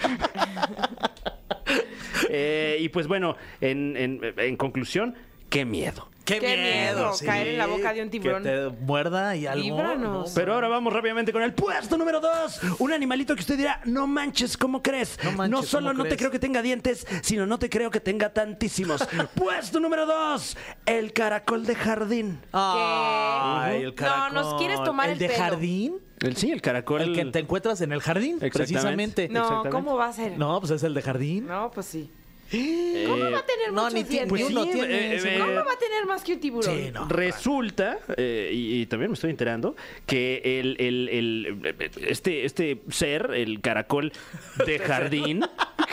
S3: Eh, y pues bueno, en, en- en conclusión, qué miedo.
S4: Qué,
S2: Qué miedo, caer en la boca de un tiburón.
S4: Que te muerda y algo.
S2: Líbranos.
S4: ¿no?
S3: Pero ahora vamos rápidamente con el puesto número 2. Un animalito que usted dirá, no manches, ¿cómo crees?
S4: No
S3: No,
S4: manches,
S3: solo
S4: ¿cómo
S3: no te
S4: crees?"
S3: creo que tenga dientes, sino no te creo que tenga
S4: *laughs*
S3: tantísimos. puesto número 2. El caracol de jardín.
S4: Ay,
S2: ¿Qué?
S4: el caracol.
S2: No, nos quieres tomar el
S4: de
S2: pelo.
S4: jardín?
S3: El, sí, el caracol.
S4: El que te encuentras en el jardín,
S3: Exactamente.
S4: precisamente.
S2: *laughs* No,
S3: Exactamente.
S2: ¿cómo va a ser?
S4: No, pues es el de jardín.
S2: No, pues sí. ¿Cómo va a tener
S4: no,
S2: muchos
S4: ni ti-
S2: dientes?
S4: pues sí,
S2: ¿Cómo
S4: no tiene
S3: eh,
S4: eso,
S3: eh,
S4: ¿no?
S2: va a tener más que un tiburón?
S4: Sí, Eh, no.
S3: Resulta, eh, y, y también me estoy enterando, que el, el- el- este, este ser, el caracol
S4: *laughs*
S3: de jardín,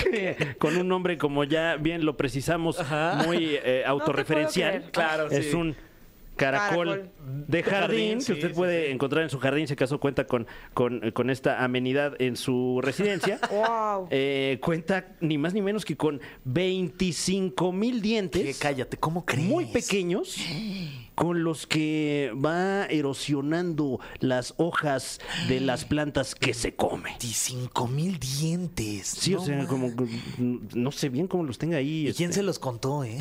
S3: que con un nombre como ya bien lo precisamos, muy eh, autorreferencial,
S2: creer.
S4: Claro,
S3: es
S4: sí.
S3: un caracol,
S2: Caracol.
S3: de jardín,
S4: jardín,
S3: que
S4: sí,
S3: usted
S4: sí,
S3: puede encontrar en su jardín si acaso cuenta con, con, con esta amenidad en su
S4: *laughs*
S3: residencia.
S2: Wow.
S3: Eh, cuenta ni más ni menos que con 25 mil dientes
S4: Que cállate, ¿cómo crees?
S3: muy pequeños con los que va erosionando las hojas de las plantas que se come.
S4: 25 mil dientes.
S3: Sí,
S4: No
S3: o sea,
S4: ma-
S3: como mm, no sé bien cómo los tenga ahí.
S4: ¿Y quién
S3: este.
S4: se los
S3: *laughs*
S4: contó, eh?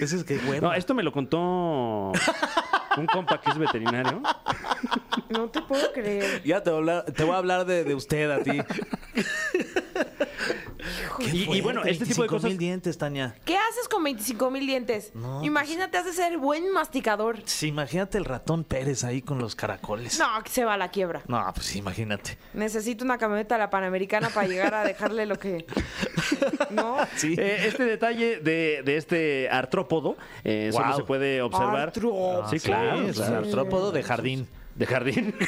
S4: Ese es que güey.
S3: No, esto me lo contó un compa que es veterinario.
S2: No te puedo creer.
S4: Ya te voy a hablar, te voy a hablar de, de usted a ti. Qué
S3: *laughs* Y- y
S4: fuerte,
S3: bueno, este tipo de
S4: 25
S3: cosas-
S4: mil dientes, Tania.
S2: ¿Qué haces con 25 mil dientes?
S4: No, pues.
S2: Imagínate, has de ser buen masticador.
S4: Sí, imagínate el ratón Pérez ahí con los caracoles.
S2: No, que se va a la quiebra.
S4: No, pues imagínate.
S2: Necesito una camioneta a la Panamericana para llegar a dejarle lo que... ¿No?
S4: Sí.
S3: Eh, este detalle de, de este artrópodo eh, solo
S4: Wow.
S3: se puede observar.
S2: Artró-
S3: Sí, claro.
S4: es
S3: claro.
S4: un artrópodo de jardín.
S3: de jardín. *laughs*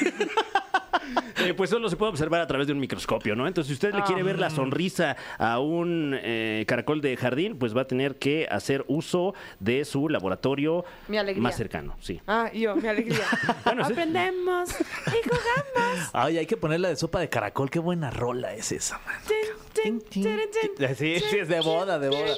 S3: Eh, pues solo se puede observar a través de un microscopio, ¿no? Entonces, si usted le quiere ver la sonrisa a un eh, caracol de jardín, pues va a tener que hacer uso de su laboratorio
S2: Mi alegría.
S3: más cercano, sí.
S2: Ah, yo, mi alegría. Aprendemos y jugamos.
S4: Ay, hay que ponerla de sopa de caracol. Qué buena rola es esa, man.
S2: Tin, tin, tin, tin, tin.
S4: Sí, sí, es de boda, de boda.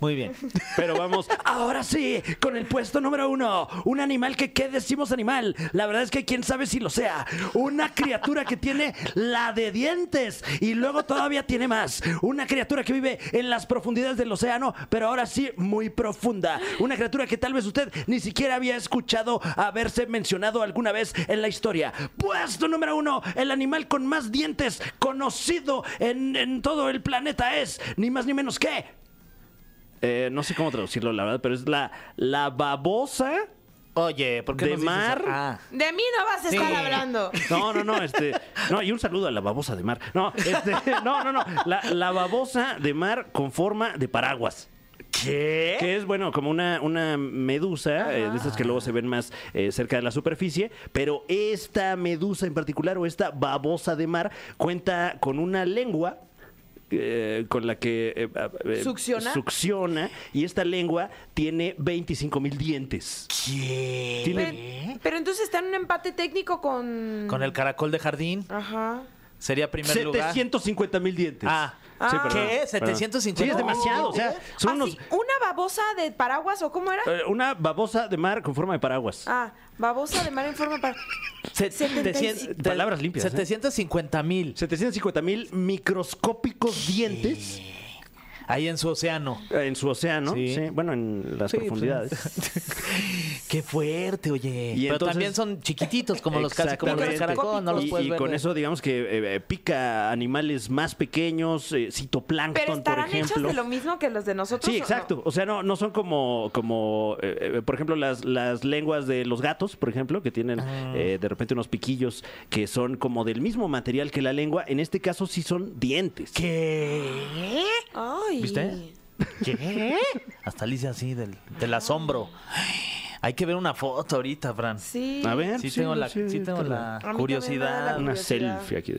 S4: Muy bien.
S3: *laughs* Pero vamos, ahora sí, con el puesto número uno. Un animal que, ¿qué decimos animal? La verdad es que quién sabe si lo sea. Una criatura que tiene la de dientes y luego todavía tiene más. Una criatura que vive en las profundidades del océano, pero ahora sí muy profunda. Una criatura que tal vez usted ni siquiera había escuchado haberse mencionado alguna vez en la historia. Puesto número uno, el animal con más dientes conocido en, en todo el planeta es, ni más ni menos que... eh, no sé cómo traducirlo, la verdad, pero es la, la babosa.
S4: Oye, ¿por qué
S3: ¿De
S4: nos dices
S3: mar?
S4: eso? Ah.
S2: De mí no vas a estar
S4: Sí.
S2: hablando.
S3: No, no, no, este. No, y un saludo a la babosa de mar. No, este, *laughs* no, no, no. La, la babosa de mar con forma de paraguas.
S4: ¿Qué?
S3: Que es, bueno, como una, una medusa, eh, de esas que luego se ven más eh, cerca de la superficie, pero esta medusa en particular, o esta babosa de mar, cuenta con una lengua. eh, con la que eh, eh,
S2: ¿Succiona?
S3: succiona, y esta lengua tiene 25 mil dientes.
S2: Pero, pero entonces está en un empate técnico con.
S4: Con el caracol de jardín
S2: Ajá.
S4: sería primer lugar.
S3: 750 mil dientes.
S4: Ah.
S3: Sí,
S2: Ah.
S3: perdón,
S4: ¿Qué?
S3: perdón.
S4: 750.
S3: Sí, es demasiado. O sea, son
S2: Ah,
S3: unos.
S2: sí, ¿Una babosa de paraguas o cómo era?
S3: eh, una babosa de mar con forma de paraguas.
S2: Ah, babosa de mar en forma
S3: *laughs*
S2: para.
S4: Se-
S2: 700.
S4: te-
S3: Palabras limpias, ¿eh?
S4: 750 mil
S3: 750 mil microscópicos dientes
S4: ahí en su océano.
S3: eh, en su océano.
S4: Sí.
S3: sí, Bueno, en las
S4: Sí, pues,
S3: profundidades.
S4: *laughs* Qué fuerte, oye.
S3: Y
S4: Pero
S3: entonces-
S4: también son chiquititos como los casi como los
S3: Exactamente.
S4: del caracol, no los
S3: y,
S4: puedes
S3: y
S4: ver.
S3: con
S4: de-
S3: eso, digamos que eh, eh, pica animales más pequeños, eh,
S2: Pero
S3: citoplancton, por
S2: estarán hechas
S3: ejemplo.
S2: de lo mismo que los de nosotros.
S3: Sí,
S2: ¿o no?
S3: exacto. O sea, no, no son como, como eh, eh, por ejemplo, las, las lenguas de los gatos, por ejemplo, que tienen
S4: Ah.
S3: eh, de repente unos piquillos que son como del mismo material que la lengua. En este caso sí son dientes.
S4: ¿Qué?
S2: Ay.
S4: ¿Viste? ¿Qué? Hasta Alicia así del, del asombro. Hay que ver una foto ahorita, Fran. Sí,
S2: Sí.
S3: A ver,
S4: tengo la,
S3: sí,
S4: sí tengo
S3: te
S4: la
S2: también me da
S4: curiosidad.
S2: la-
S3: Una
S2: curiosidad.
S3: selfie aquí.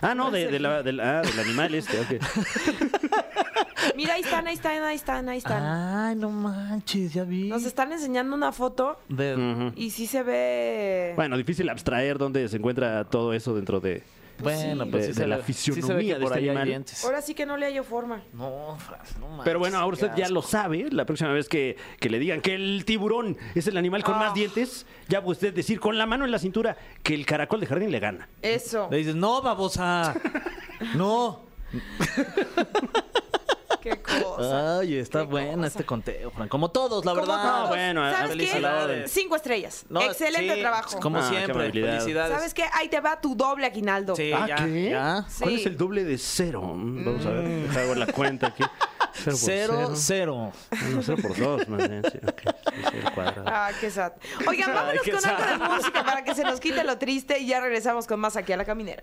S3: Ah, no, de, de la- del- ah, del animal este. ok.
S4: *laughs*
S2: Mira, ahí están, ahí están, ahí están, ahí están.
S3: Ah.
S4: Ay, no manches, ya vi.
S2: Nos están enseñando una foto
S4: De-
S2: y sí se ve.
S3: Mm. Bueno, difícil abstraer dónde se encuentra todo eso dentro de...
S4: Bueno,
S2: sí.
S4: pues
S3: De-
S4: sí
S3: de
S4: se
S3: la
S4: ve-
S3: fisionomía
S4: sí se ve que
S3: de
S4: por
S3: este
S4: ahí hay
S3: animal.
S4: dientes.
S2: Ahora sí que no le hallo forma.
S4: No, Fran, no manches.
S3: Pero bueno, ahora usted
S4: Qué
S3: ya
S4: asco.
S3: lo sabe. La próxima vez que, que le digan que el tiburón es el animal con
S4: Ah.
S3: más dientes, ya puede usted decir con la mano en la cintura que el caracol de jardín le gana.
S2: Eso.
S4: Le dices, no,
S3: *laughs*
S4: babosa. no.
S2: Qué cosa.
S3: Ah,
S4: Ay, está
S2: Qué
S4: bueno
S2: cosa.
S4: este conteo, Fran. Como todos, la
S2: Como
S4: verdad.
S2: todos.
S3: No, Ah, bueno,
S2: ¿Sabes qué?
S4: felicidades.
S2: Cinco estrellas.
S4: No,
S2: Excelente
S4: sí,
S2: trabajo.
S4: Como
S3: Ah, qué
S4: siempre,
S3: amabilidad.
S4: felicidades.
S2: ¿Sabes qué? Ahí te va tu doble aguinaldo.
S4: Sí,
S3: Ah,
S4: ya,
S3: ¿qué?
S4: ya.
S2: Sí.
S3: ¿Cuál es el doble de cero? Mm, Vamos a ver, deja, hago la cuenta aquí. Cero por
S4: *laughs* Cero, cero.
S3: No, cero por dos, más bien. sí, ok, sí, cero cuadrado.
S2: Ah, qué sad. Oigan, vámonos
S4: qué
S2: con
S4: sad.
S2: algo de música para que se nos quite lo triste y ya regresamos con más aquí a la caminera.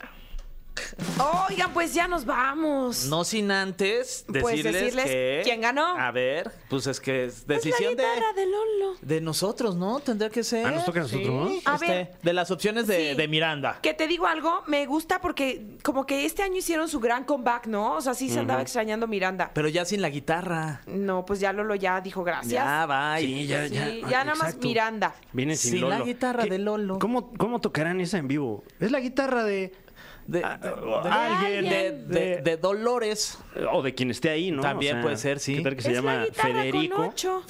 S2: Oigan, pues ya nos vamos.
S4: No sin antes
S2: Pues
S4: decirles,
S2: decirles
S4: que-
S2: quién ganó.
S4: A ver, pues es que es
S2: Es la
S4: decisión
S2: guitarra
S4: de,
S2: de Lolo.
S4: de nosotros, ¿no? Tendría que ser.
S3: Ah, ¿nos toca a nosotros?
S4: Sí,
S2: A
S4: este,
S2: ver.
S4: De las opciones de,
S2: Sí.
S4: de Miranda.
S2: Que te digo algo, me gusta porque como que este año hicieron su gran comeback, ¿no? O sea, sí se andaba extrañando Miranda.
S4: Pero ya sin la guitarra.
S2: No, pues ya Lolo ya dijo gracias.
S4: Ya, bye.
S3: Sí, ya,
S2: Sí,
S3: ya.
S2: ya
S3: Ah,
S2: nada más
S3: exacto.
S2: Miranda.
S3: Viene sin,
S4: Sin la
S3: Lolo.
S4: guitarra
S3: ¿Qué-
S4: de Lolo.
S3: ¿Cómo, ¿Cómo tocarán esa en vivo? Es la guitarra de...
S4: De,
S3: Ah,
S4: de-
S3: o
S4: de-
S3: alguien.
S4: De, de-
S3: De-
S4: de Dolores. *laughs*
S3: O de quien esté ahí, ¿no?
S4: También
S3: O sea,
S4: puede ser, sí.
S3: ¿Qué tal que se
S2: es la
S3: llama
S2: guitarra
S3: Federico?
S2: con ocho.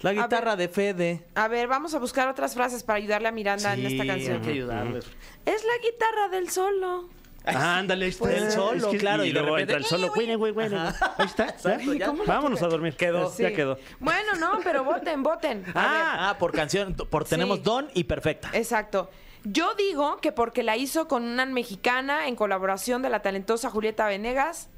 S4: La guitarra de Fede.
S2: A ver, vamos a buscar otras frases para ayudarle a Miranda en esta
S4: Sí,
S2: canción.
S4: Hay que ayudarles.
S2: Es la guitarra del solo.
S3: Ah, ándale, ahí está.
S4: Pues, el solo, claro,
S3: Y,
S4: y de
S3: luego entra el
S4: repente,
S3: solo. Güey, güey, güey. Ahí está.
S4: Exacto,
S3: ¿ya?
S4: ya. ¿Cómo la
S3: Vámonos a dormir. Quedó. Ya
S2: Sí.
S3: quedó.
S2: Bueno, no, pero voten, voten. A ver.
S4: Ah, por canción, por tenemos
S2: Sí.
S4: Don y Perfecta.
S2: Exacto. Yo digo que porque la hizo con una mexicana en colaboración de la talentosa Julieta Venegas.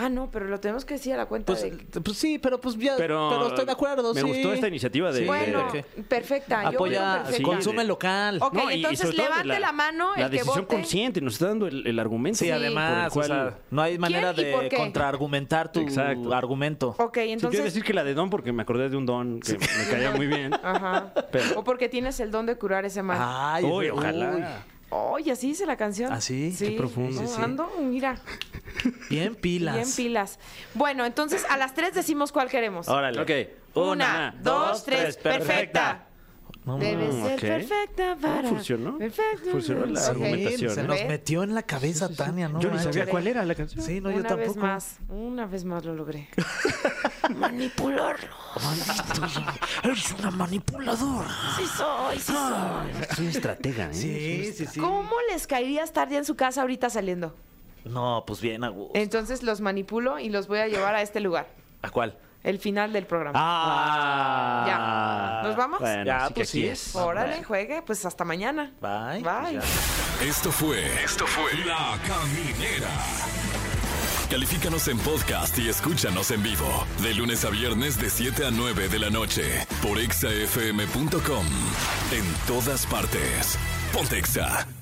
S2: Ah, no, pero lo tenemos que decir a la cuenta
S4: Pues,
S2: de...
S4: pues sí, pero pues ya,
S3: Pero,
S4: pero, estoy de acuerdo.
S3: me
S4: sí.
S3: gustó esta iniciativa de-
S4: Sí,
S2: Bueno,
S4: de-
S2: perfecta. yo
S4: apoya,
S2: creo perfecta.
S3: sí,
S4: consume
S3: de-
S4: local.
S2: Ok,
S3: No, y- y
S2: entonces
S3: sobre todo de
S2: levante la, mano el
S3: La
S2: que
S3: decisión
S2: vote.
S3: consciente. Nos está dando el, el argumento.
S4: Sí,
S2: Sí.
S4: además,
S3: Por el
S4: o sea,
S3: cual-
S4: no hay manera
S2: ¿Quién y por
S4: de
S2: qué?
S4: contraargumentar tu
S3: Exacto.
S4: argumento.
S2: Ok,
S3: Sí, quiero
S2: entonces...
S3: decir que la de Don porque me acordé de un Don que me caía
S2: *laughs*
S3: muy bien.
S4: *laughs*
S2: Ajá.
S3: Pero-
S2: O porque tienes el don de curar ese mal.
S4: Ay,
S3: Uy,
S4: es-
S3: ojalá.
S4: uy.
S2: Oye, así dice la canción.
S4: ¿Ah, sí?
S2: Sí.
S4: Qué profundo.
S2: No,
S4: Sí, sí.
S2: Ando, mira,
S4: Bien pilas.
S2: bien pilas. Bueno, entonces a las tres decimos cuál queremos.
S4: Órale.
S3: Ok.
S2: Una, dos, tres, perfecta.
S8: Debe ser
S3: Mm, ok.
S8: perfecta para.
S3: funcionó.
S8: Perfecta.
S3: Funcionó la
S8: Ok.
S3: argumentación.
S4: Se
S3: ¿no?
S4: nos
S2: ¿eh?
S8: ¿Ve?
S4: metió en la cabeza Tania, ¿no?
S3: Yo ni sabía
S4: manches.
S3: cuál era la canción.
S4: Sí, Pues no,
S2: una
S4: yo
S2: vez
S4: tampoco.
S2: más, una vez más lo
S3: *laughs*
S2: logré. Manipularlo.
S4: Eres una manipuladora.
S2: Sí soy, sí soy.
S3: Es una estratega, ¿eh?
S4: Sí, sí, sí.
S2: ¿Cómo les caerías tarde en su casa ahorita saliendo?
S4: No, pues bien, a gusto.
S2: Entonces los manipulo y los voy a llevar a este lugar.
S4: ¿A cuál?
S2: El final del programa.
S4: Ah.
S2: Ya. ¿Nos vamos?
S3: Bueno,
S4: Ya,
S3: sí que
S4: pues
S3: aquí
S4: sí.
S3: es.
S2: Órale, juegue, pues hasta mañana.
S4: Bye.
S2: Bye.
S4: Pues ya.
S1: Esto fue. Esto fue. La Caminera. Califícanos en podcast y escúchanos en vivo. De lunes a viernes, de 7 a 9 de la noche. Por exafm.com. En todas partes. Pontexa.